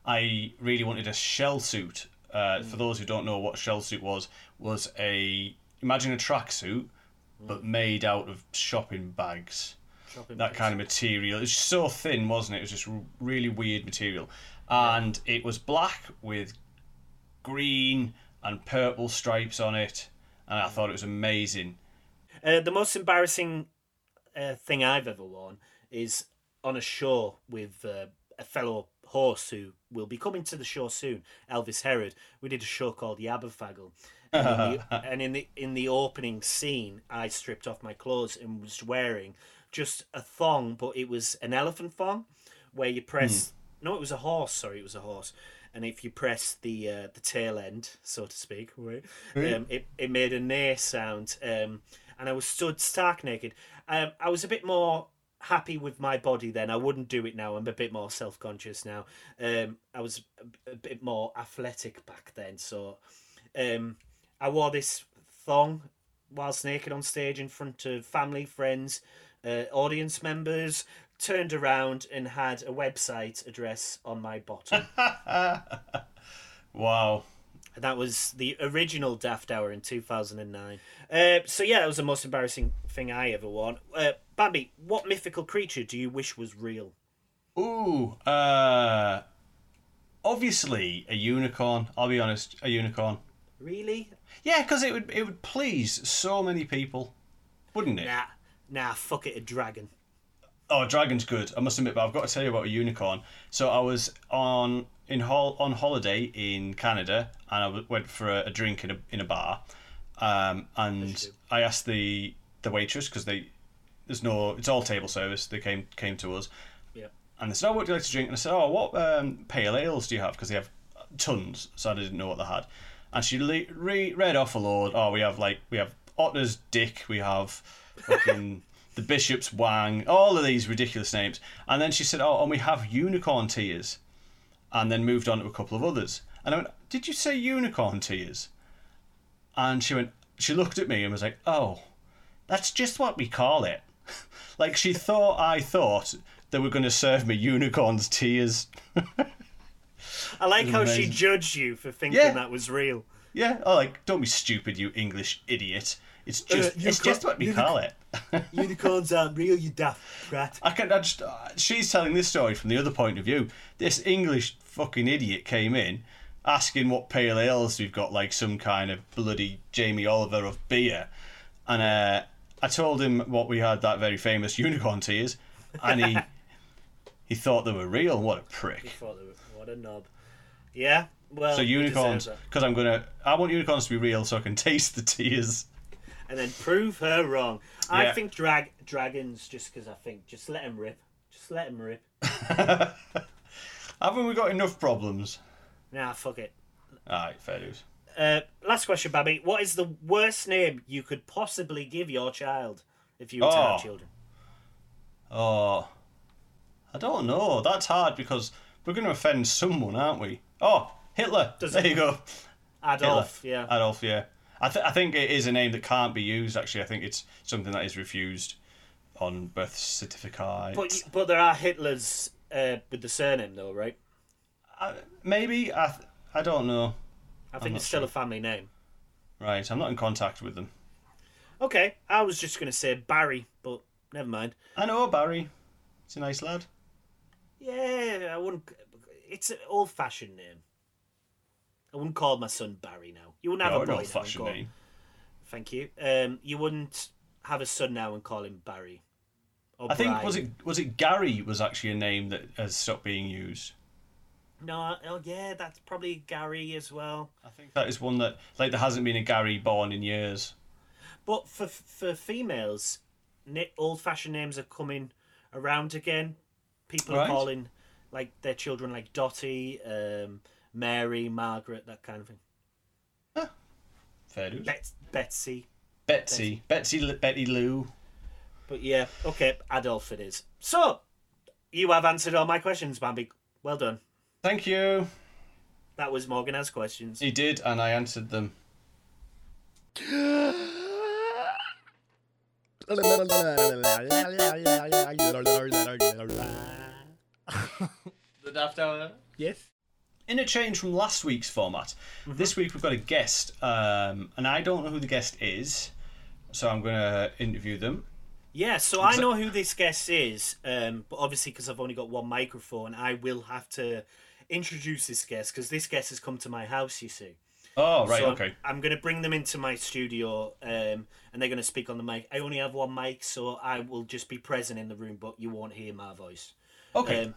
S4: I really wanted a shell suit. Uh, For those who don't know what shell suit was, was a imagine a tracksuit, but made out of shopping bags.
S3: Shopping
S4: That kind of material. It was so thin, wasn't it? It was just r- really weird material, and it was black with green and purple stripes on it, and I thought it was amazing.
S3: Uh, the most embarrassing uh, thing I've ever worn is on a show with uh, a fellow horse who will be coming to the show soon, Elvis Herod. We did a show called Yabberfaggle, and, in the, and in the in the opening scene, I stripped off my clothes and was wearing just a thong, but it was an elephant thong, where you press. No, it was a horse. Sorry, it was a horse. And if you press the uh, the tail end, so to speak, right, um, it it made a neigh sound. Um, and I was stood stark naked. Um, I was a bit more happy with my body then. I wouldn't do it now. I'm a bit more self conscious now. Um, I was a, a bit more athletic back then, so um, I wore this thong whilst naked on stage in front of family, friends, uh, audience members. Turned around and had a website address on my bottom.
S4: Wow.
S3: And that was the original Daft Hour in 2009. Uh, so, yeah, that was the most embarrassing thing I ever worn. Uh, Bambi, what mythical creature do you wish was real?
S4: Ooh, uh, obviously a unicorn. I'll be honest, a unicorn.
S3: Really?
S4: Yeah, because it would it would please so many people, wouldn't it?
S3: Nah, nah, fuck it, a dragon.
S4: Oh, dragon's good. I must admit, but I've got to tell you about a unicorn. So I was on in hol- on holiday in Canada, and I w- went for a, a drink in a in a bar, um, and I asked the the waitress because they there's no it's all table service. They came came to us,
S3: Yeah.
S4: and they said, "Oh, what do you like to drink?" And I said, "Oh, what um, pale ales do you have?" Because they have tons, so I didn't know what they had. And she le- re- read off a load. Oh, we have like we have Otter's Dick, we have fucking the Bishop's Wang, all of these ridiculous names. And then she said, "Oh, and we have unicorn tears," and then moved on to a couple of others. And I went, "Did you say unicorn tears?" And she went, she looked at me and was like, "Oh, that's just what we call it." like she thought I thought they were going to serve me unicorn's tears.
S3: I like how she
S4: amazing.
S3: judged you for thinking
S4: Yeah.
S3: that was real.
S4: Yeah, oh, like don't be stupid, you English idiot. It's just
S3: Uh, you
S4: it's
S3: cro-
S4: just what we
S3: you
S4: call it.
S3: Unicorns aren't real, you daft brat.
S4: I can. I just. Uh, she's telling this story from the other point of view. This English fucking idiot came in, asking what pale ales we've got, like some kind of bloody Jamie Oliver of beer, and uh, I told him what we had that very famous unicorn tears, and he he thought they were real. What a prick.
S3: Thought they were- What a knob. Yeah. Well.
S4: So
S3: he deserves
S4: unicorns,
S3: that.
S4: because I'm gonna. I want unicorns to be real, so I can taste the tears.
S3: and then prove her wrong. I
S4: Yeah.
S3: think drag dragons just because I think just let him rip, just let him rip.
S4: Haven't we got enough problems?
S3: Nah, fuck it.
S4: Alright, fair dues.
S3: Uh, last question, Babby. What is the worst name you could possibly give your child if you were to
S4: Oh.
S3: have children?
S4: Oh, I don't know. That's hard because we're going to offend someone, aren't we? Oh, Hitler.
S3: Does
S4: there
S3: it-
S4: you go.
S3: Adolf. Yeah.
S4: Adolf. Yeah. I, th- I think it is a name that can't be used. Actually, I think it's something that is refused on birth certificate.
S3: But you- but there are Hitlers uh, with the surname though, right?
S4: I, maybe I. Th- I don't know.
S3: I think
S4: not
S3: it's still
S4: sure.
S3: a family name.
S4: Right. I'm not in contact with them.
S3: Okay, I was just gonna say Barry, but never mind.
S4: I know Barry. He's a nice lad.
S3: Yeah, I wouldn't. It's an old-fashioned name. I wouldn't call my son Barry now. You wouldn't have
S4: You're
S3: a
S4: an
S3: boy now.
S4: old
S3: and
S4: fashioned
S3: call-
S4: name.
S3: Thank you. Um, you wouldn't have a son now and call him Barry. Or
S4: I think
S3: Brian.
S4: was it was it Gary was actually a name that has stopped being used.
S3: No, oh yeah, that's probably Gary as well.
S4: I think that is one that like there hasn't been a Gary born in years.
S3: But for for females, old fashioned names are coming around again. People
S4: Right.
S3: are calling like their children like Dottie, um, Mary, Margaret, that kind of thing.
S4: Fair dues.
S3: Bet- Betsy.
S4: Betsy, Betsy, L- Betty Lou.
S3: But yeah, okay, Adolf it is. So, you have answered all my questions, Bambi. Well done.
S4: Thank you.
S3: That was Morgan has questions.
S4: He did, and I answered them.
S2: The Daft Hour.
S1: Yes.
S4: In a change from last week's format,
S3: Mm-hmm.
S4: this week we've got a guest, um, and I don't know who the guest is, so I'm going to interview them.
S3: Yeah, so I know who this guest is, um, but obviously because I've only got one microphone, I will have to introduce this guest because this guest has come to my house. You see,
S4: Oh, right,
S3: so I'm-
S4: okay.
S3: I'm going to bring them into my studio, um, and they're going to speak on the mic. I only have one mic, so I will just be present in the room, but you won't hear my voice.
S4: Okay.
S3: Um,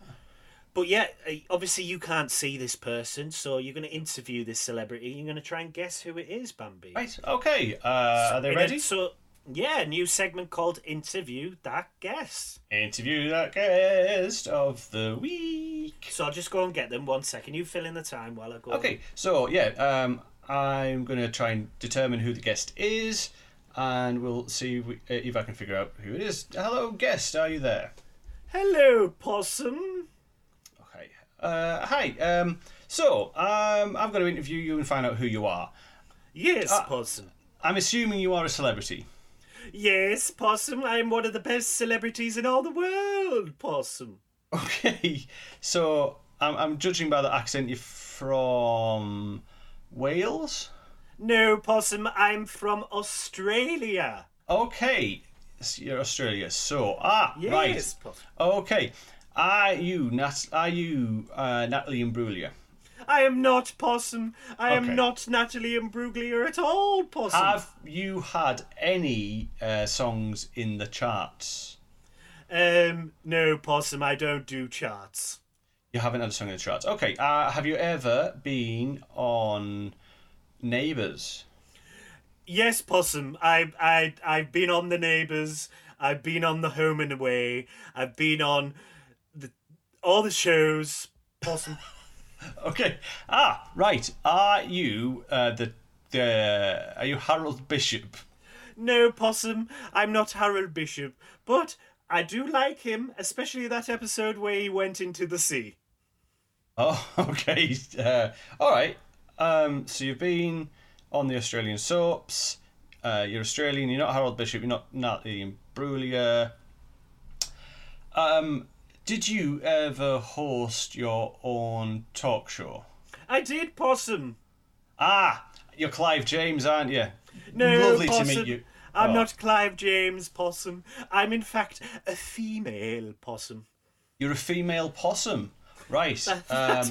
S3: but yeah, uh, obviously you can't see this person, so you're going to interview this celebrity. You're going to try and guess who it is, Bambi.
S4: right, okay. Uh, are they
S3: And
S4: ready?
S3: then- So yeah, new segment called "Interview That Guest."
S4: Interview that guest of the week.
S3: So I'll just go and get them. One second, you fill in the time while I go.
S4: Okay, so yeah, um, I'm going to try and determine who the guest is, and we'll see if, we, uh, if I can figure out who it is. Hello, guest, are you there?
S3: Hello, possum.
S4: Okay. Uh, hi. Um, so um, I'm going to interview you and find out who you are.
S3: Yes,
S4: Ah.
S3: possum.
S4: I'm assuming you are a celebrity.
S3: Yes, possum. I'm one of the best celebrities in all the world, possum.
S4: Okay. So I'm, I'm judging by the accent you're from Wales.
S3: No, possum. I'm from Australia.
S4: Okay. s- You're Australia. So ah
S3: Yes,
S4: right.
S3: possum.
S4: Okay. Are you Nat? Are you uh, Natalie Imbruglia?
S3: I am not possum. I
S4: Okay.
S3: am not Natalie Imbruglia at all, possum.
S4: Have you had any uh, songs in the charts?
S3: Um, no, possum. I don't do charts.
S4: You haven't had a song in the charts. Okay. Uh, have you ever been on Neighbours?
S3: Yes, possum. I I I've been on the neighbours. I've been on the home and away. I've been on the all the shows. Possum.
S4: Okay. Ah, right. Are you uh, the the Are you Harold Bishop?
S3: no, possum. I'm not Harold Bishop, but I do like him, especially that episode where he went into the sea.
S4: Oh, okay. Uh, all right. Um, so you've been on the Australian soaps. Uh, you're Australian. You're not Harold Bishop. You're not Natalie Imbruglia. Um, did you ever host your own talk show?
S3: I did, possum.
S4: Ah, you're Clive James, aren't you?
S3: No,
S4: Lovely to
S3: possum.
S4: meet you.
S3: I'm
S4: Oh.
S3: not Clive James Possum. I'm in fact a female possum.
S4: You're a female possum, right? Um,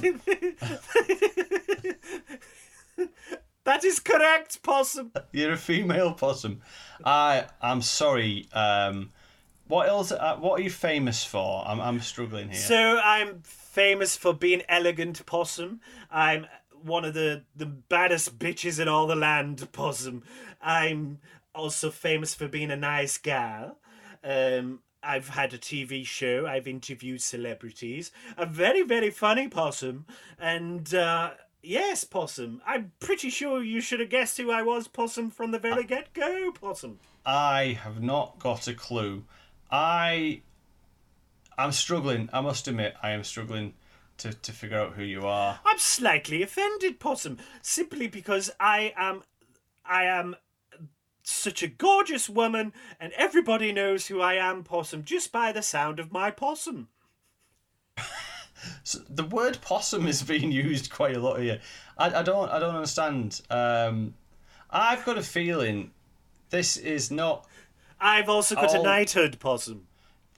S3: that is correct, possum.
S4: You're a female possum. I I'm sorry. Um, what else? Uh, what are you famous for? I'm I'm struggling here.
S3: So I'm famous for being elegant, possum. I'm one of the the baddest bitches in all the land, possum. I'm also famous for being a nice gal. Um, I've had a TV show. I've interviewed celebrities. I'm very very funny, possum. And uh, yes, possum. I'm pretty sure you should have guessed who I was, possum, from the very get go, possum.
S4: I have not got a clue. I I'm struggling. I must admit, I am struggling to to figure out who you are.
S3: I'm slightly offended, Possum, simply because I am, I am such a gorgeous woman, and everybody knows who I am, Possum, just by the sound of my possum.
S4: So the word possum is being used quite a lot here. I I don't I don't understand. Um, I've got a feeling this is not
S3: I've also got
S4: Oh.
S3: a knighthood, Possum.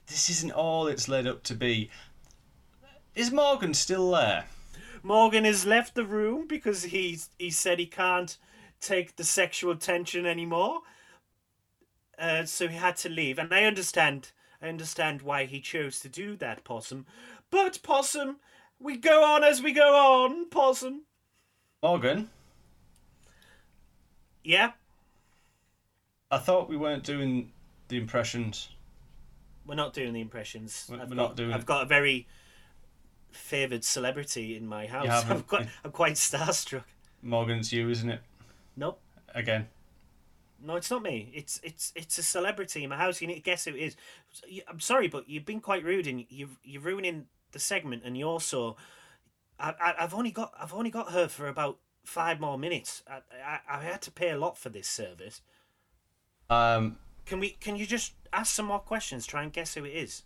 S4: this isn't all it's led up to be. Is Morgan still there?
S3: Morgan has left the room because he he said he can't take the sexual tension anymore, uh, so he had to leave. And I understand, I understand why he chose to do that, Possum. But Possum, we go on as we go on, Possum.
S4: Morgan,
S3: Yeah,
S4: I thought we weren't doing the impressions.
S3: we're not doing the impressions.
S4: We're-
S3: I've
S4: we're
S3: got,
S4: not doing
S3: I've
S4: it.
S3: got a very favoured celebrity in my house. I'm
S4: haven't.
S3: quite, I'm quite starstruck.
S4: Morgan's you, isn't it?
S3: Nope.
S4: Again.
S3: No, it's not me. It's it's it's a celebrity in my house. You need to guess who it is. So, you- I'm sorry, but you've been quite rude, and you've you're ruining the segment. And you also, I, I I've only got I've only got her for about five more minutes. I, I I had to pay a lot for this service.
S4: Um,
S3: Can we? Can you just ask some more questions? Try and guess who it is.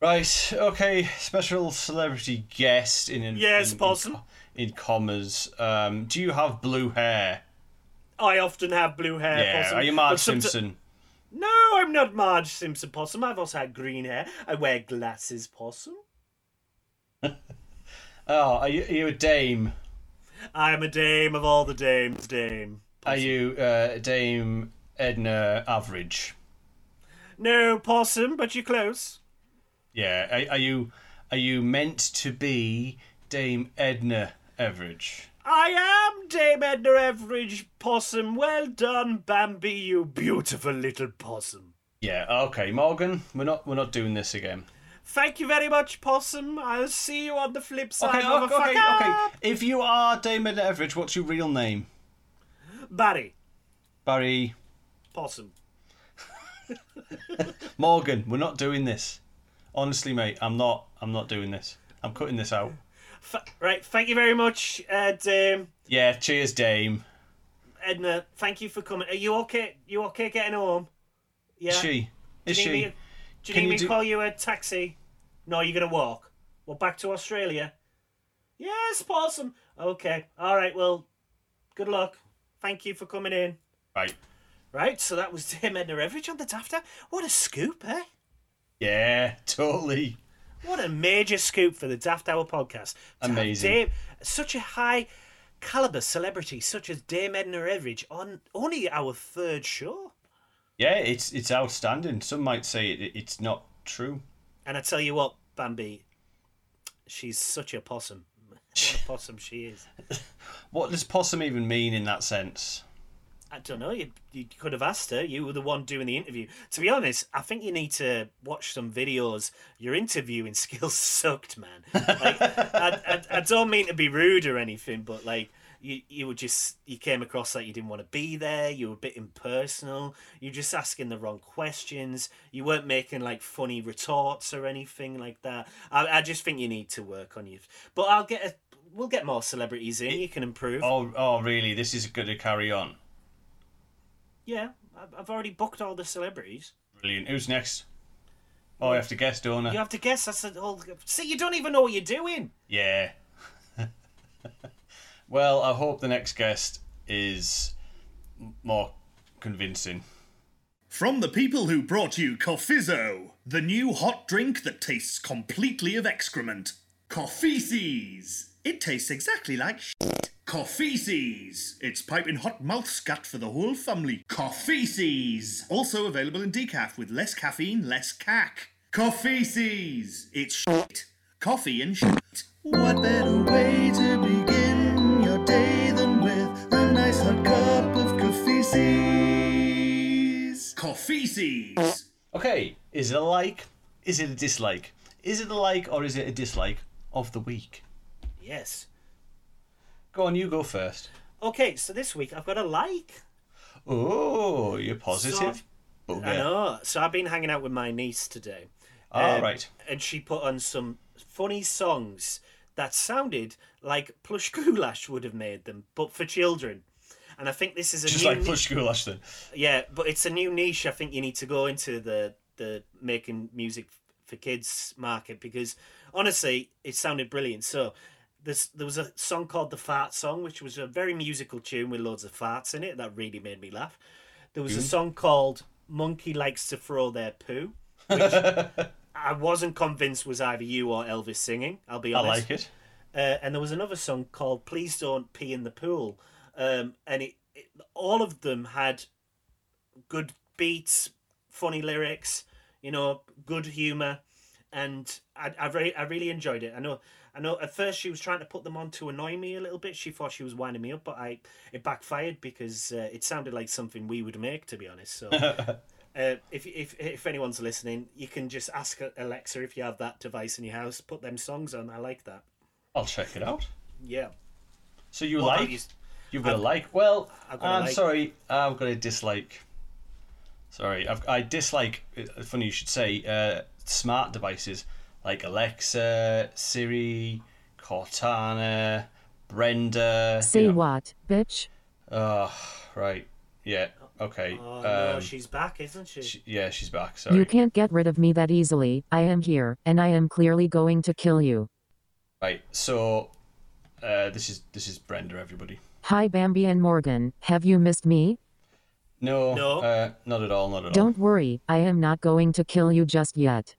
S4: right, okay. Special celebrity guest in. in
S3: Yes,
S4: in, in
S3: Paulson.
S4: co- In, commas. Um, do you have blue hair?
S3: I often have blue hair.
S4: yeah.
S3: possum,
S4: Are you
S3: but
S4: Marge
S3: someti-
S4: Simpson?
S3: No, I'm not Marge Simpson possum. I've also had green hair. I wear glasses possum.
S4: Oh, are you, are you a dame?
S3: I'm a dame of all the dames, dame.
S4: Are you uh, Dame Edna Average?
S3: No possum, but you're close.
S4: Yeah. Are, are you are you meant to be Dame Edna Average?
S3: I am Dame Edna Average Possum. Well done, Bambi, you beautiful little possum.
S4: Yeah. Okay, Morgan. We're not we're not doing this again.
S3: Thank you very much, Possum. I'll see you on the flip side,
S4: Okay,
S3: okay,
S4: okay,
S3: motherfucker.
S4: okay, If you are Damon Everidge, what's your real name?
S3: Barry,
S4: Barry
S3: Possum.
S4: Morgan. We're not doing this. Honestly, mate, I'm not. I'm not doing this. I'm cutting this out.
S3: Fa right, thank you very much, uh, Dame
S4: Yeah. Cheers, Dame.
S3: Edna. Thank you for coming. Are you okay? You okay getting home? Yeah.
S4: Is she? Is
S3: Do you need
S4: she?
S3: me, do you
S4: Can
S3: need
S4: you
S3: me to
S4: do-
S3: call you a taxi? No, you're gonna walk. Well, back to Australia. Yes, possum. Okay, all right. Well, good luck. Thank you for coming in.
S4: Right.
S3: Right, so that was Tim Edna Everidge on the Tafter. What a scoop, eh?
S4: Yeah. Totally.
S3: What a major scoop for the Daft Hour podcast. To have
S4: Amazing.
S3: Dame, such a high caliber celebrity such as Dame Edna Everidge on only our third show.
S4: Yeah. It's it's outstanding. Some might say it, it's not true.
S3: And I tell you what, Bambi, She's such a possum. What a possum she is.
S4: What does possum even mean in that sense?
S3: I don't know. You, you could have asked her. You were the one doing the interview. To be honest, I think you need to watch some videos. Your interviewing skills sucked, man. Like, I, I, I don't mean to be rude or anything, but like you, you were just you came across like you didn't want to be there. You were a bit impersonal. You were just asking the wrong questions. You weren't making like funny retorts or anything like that. I, I just think you need to work on you. But I'll get a. We'll get more celebrities in. You can improve.
S4: Oh, oh, really? This is going to carry on.
S3: Yeah, I've- I've already booked all the celebrities.
S4: Brilliant. Who's next? Oh, I have to guess, don't
S3: You
S4: I?
S3: have to guess. That's the whole. See, you don't even know what you're doing.
S4: Yeah. well, I hope the next guest is m- more convincing.
S7: From the people who brought you Coffizo, the new hot drink that tastes completely of excrement. Coffeeces! It tastes exactly like shit. Coffeeces! It's piping hot mouth scat for the whole family. Coffeeces! Also available in decaf with less caffeine, less cack. Coffeeces! It's shit. Coffee and shit.
S6: What better way to begin your day than with a nice hot cup of coffee's?
S7: Coffeeces!
S4: Okay, is it a like? Is it a dislike? Is it a like or is it a dislike of the week?
S3: Yes.
S4: Go on, you go first.
S3: Okay, so this week I've got a like.
S4: Oh, you're positive. Bugger.
S3: I know. So I've been hanging out with my niece today.
S4: Ah,
S3: Um,
S4: right.
S3: And she put on some funny songs that sounded like Plush Goulash would have made them, but for children. And I think this is a
S4: Just
S3: new
S4: like
S3: ni-
S4: Plush Goulash then.
S3: yeah, but it's a new niche. I think you need to go into the the making music for kids market because honestly, it sounded brilliant. So this there was a song called the Fart Song, which was a very musical tune with loads of farts in it that really made me laugh. There
S4: Mm.
S3: was a song called Monkey Likes to Throw Their Poo, which I wasn't convinced was either you or Elvis singing. I'll be
S4: I
S3: honest
S4: like it.
S3: uh, and there was another song called "Please Don't Pee in the Pool," um, and it, it all of them had good beats, funny lyrics, you know, good humor, and I I, re- I really enjoyed it. I know I know at first she was trying to put them on to annoy me a little bit. She thought she was winding me up, but I it backfired because uh, it sounded like something we would make, to be honest. So. Uh, if, if if anyone's listening, you can just ask Alexa if you have that device in your house. Put them songs on. I like that.
S4: I'll check it out.
S3: Yeah.
S4: So you
S3: Well,
S4: like?
S3: don't you-
S4: You've got a like. Well,
S3: I've got a
S4: I'm
S3: like.
S4: sorry. I've got a dislike. Sorry, I've, I dislike. uh, Funny you should say. Uh, smart devices like Alexa, Siri, Cortana, Brenda.
S8: Say
S4: you know.
S8: what, bitch?
S4: Ugh, right. Yeah. Okay.
S3: Oh no,
S4: um,
S3: she's back, isn't she?
S4: sh- yeah, she's back. Sorry.
S8: You can't get rid of me that easily. I am here, and I am clearly going to kill you.
S4: Right. So, uh, this is this is Brenda. Everybody.
S8: Hi, Bambi and Morgan. Have you missed me?
S4: No.
S3: No.
S4: Uh, not at all. Not at all.
S8: Don't worry, I am not going to kill you just yet.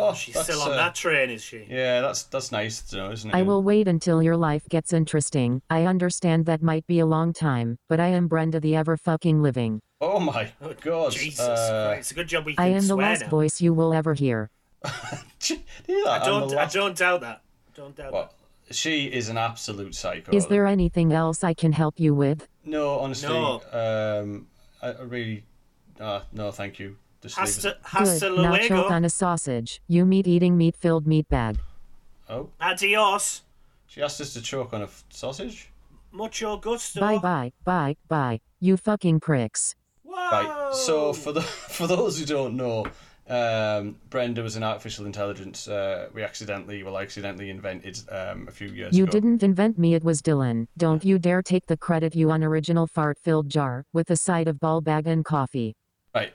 S4: Oh,
S3: she's
S4: that's,
S3: still on
S4: uh,
S3: that train, is she?
S4: Yeah, that's that's nice to know, isn't it?
S8: I will wait until your life gets interesting. I understand that might be a long time, but I am Brenda the ever fucking living.
S4: Oh my god.
S3: Jesus
S4: uh,
S3: Christ! It's a good job we can
S8: I am the
S3: swear
S8: last
S3: now.
S8: voice you will ever hear.
S4: do you hear that?
S3: I
S4: Ah, I'm
S3: don't.
S4: the
S3: I
S4: last-
S3: don't doubt that. Don't doubt
S4: What? She is an absolute psycho.
S8: Is there anything else I can help you with?
S4: No, honestly.
S3: No.
S4: Um, I I really. Uh, no, thank you. Just
S3: that.
S4: leave it.
S3: Hasta,
S8: Good.
S3: hasta
S8: Nacho
S3: luego.
S8: on a sausage. You meat eating meat filled meat bag.
S4: Oh,
S3: Adios.
S4: she asked us to choke on a f- sausage.
S3: Mucho gusto.
S8: Bye bye, bye, bye. You fucking pricks.
S3: Whoa.
S4: Right.
S3: Oh.
S4: So for the for those who don't know, um, Brenda was an artificial intelligence. Uh, we accidentally, well, I accidentally invented um, a few years
S8: You
S4: ago.
S8: didn't invent me, it was Dylan. Don't you dare take the credit, you unoriginal fart filled jar with a side of ball bag and coffee.
S4: Right.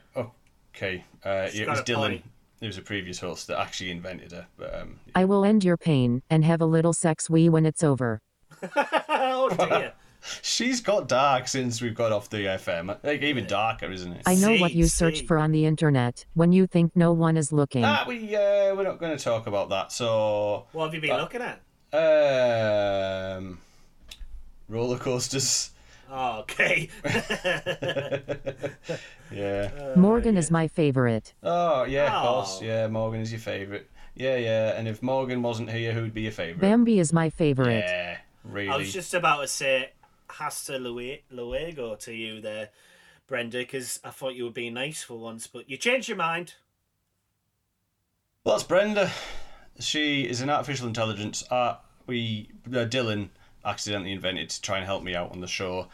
S4: Okay. Uh,
S3: She's
S4: it
S3: got
S4: was
S3: a
S4: Dylan.
S3: point.
S4: It was a previous host that actually invented her, but um,
S8: I will end your pain and have a little sex wee when it's over.
S3: oh dear.
S4: She's got dark since we've got off the FM. Like even darker, isn't it?
S8: I know what
S3: See,
S8: you search
S3: see.
S8: for on the internet when you think no one is looking.
S4: Ah, we uh, we're not going to talk about that. So,
S3: What have you been looking at?
S4: um, roller coasters.
S3: Oh, okay.
S4: Yeah.
S8: Morgan is my favorite.
S4: Oh yeah, of
S3: Oh.
S4: Oh, course. Yeah, Morgan is your favourite. Yeah, yeah. And if Morgan wasn't here, who'd be your favourite?
S8: Bambi is my favorite.
S4: Yeah, really.
S3: I was just about to say hasta lue- luego to you there, Brenda, because I thought you were being nice for once, but you changed your mind.
S4: Well, that's Brenda. She is an artificial intelligence art we uh, Dylan accidentally invented to try and help me out on the show,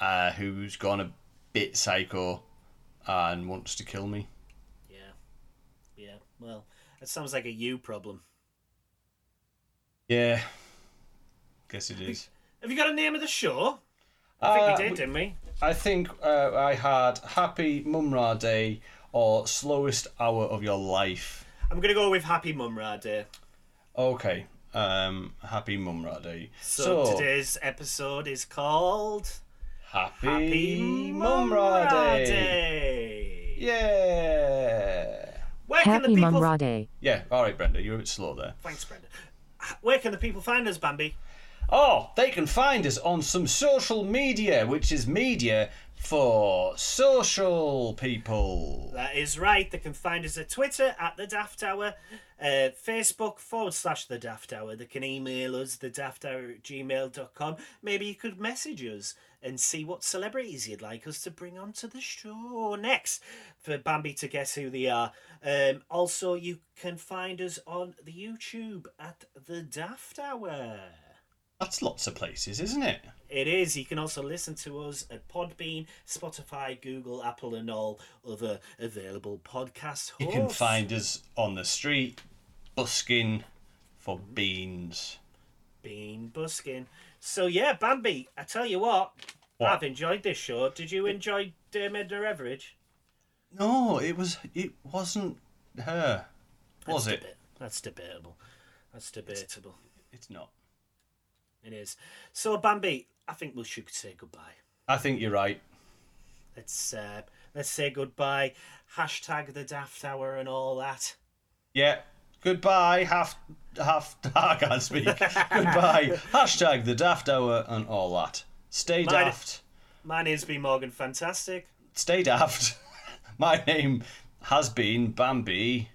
S4: uh, who's gone a bit psycho and wants to kill me.
S3: Yeah. Yeah. Well, that sounds like a you problem.
S4: Yeah, guess it is.
S3: Have you got a name of the show? I think
S4: Uh,
S3: we did,
S4: we-
S3: didn't we?
S4: I think uh, I had Happy Mumra Day or Slowest Hour of Your Life.
S3: I'm going to go with Happy Mumra Day.
S4: Okay, um, Happy Mumra Day.
S3: So, today's episode is called
S4: Happy,
S3: Happy
S4: Mumra Day.
S3: Day.
S4: Yeah.
S3: Where can the
S8: Happy
S3: people...
S8: Mum Ra Day.
S4: Yeah, all right, Brenda, you're a bit slow there.
S3: Thanks, Brenda. Where can the people find us, Bambi?
S4: Oh, they can find us on some social media, which is media for social people.
S3: That is right. They can find us at Twitter at the Daft Hour, uh, Facebook forward slash the Daft Hour. They can email us the Daft Hour at gmail.com. Maybe you could message us and see what celebrities you'd like us to bring onto the show next for Bambi to guess who they are. Um, also, you can find us on the YouTube at the Daft Hour.
S4: That's lots of places, isn't it?
S3: It is. You can also listen to us at Podbean, Spotify, Google, Apple, and all other available podcast hosts.
S4: You can find us on the street, busking for beans.
S3: Bean Buskin. So, yeah, Bambi, I tell you what,
S4: What?
S3: I've enjoyed this show. Did you enjoy Dermot Everidge?
S4: No, it was it wasn't her. Was
S3: That's
S4: it?
S3: deba- That's debatable. That's debatable.
S4: It's not.
S3: It is. So, Bambi, I think we should say goodbye.
S4: I think you're right.
S3: Let's uh, let's say goodbye. Hashtag the Daft Hour and all that.
S4: Yeah. Goodbye, half half I can't speak. Goodbye. Hashtag the daft hour and all that. Stay
S3: Mine-
S4: daft.
S3: My name's been Morgan Fantastic.
S4: stay daft. My name has been Bambi.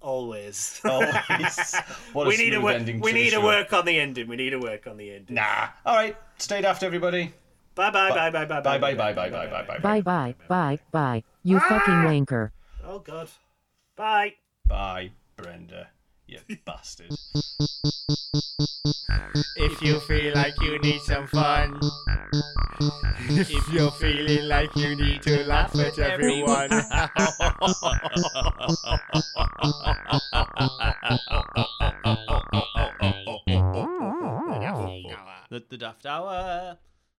S3: Always.
S4: Always. What a
S3: we need a
S4: smooth
S3: work.
S4: ending
S3: We
S4: to the
S3: need a
S4: show.
S3: work on the ending. We need a work on the ending.
S4: Nah. All right. Stay daft, everybody.
S3: Bye bye bye bye bye
S4: Bye bye bye bye bye bye bye
S8: Bye bye, bye, bye. You fucking wanker.
S3: Oh god. Bye.
S4: bye, Brenda. You bastard.
S1: If you feel like you need some fun, if you're feeling like you need to laugh at everyone,
S2: The Daft Hour.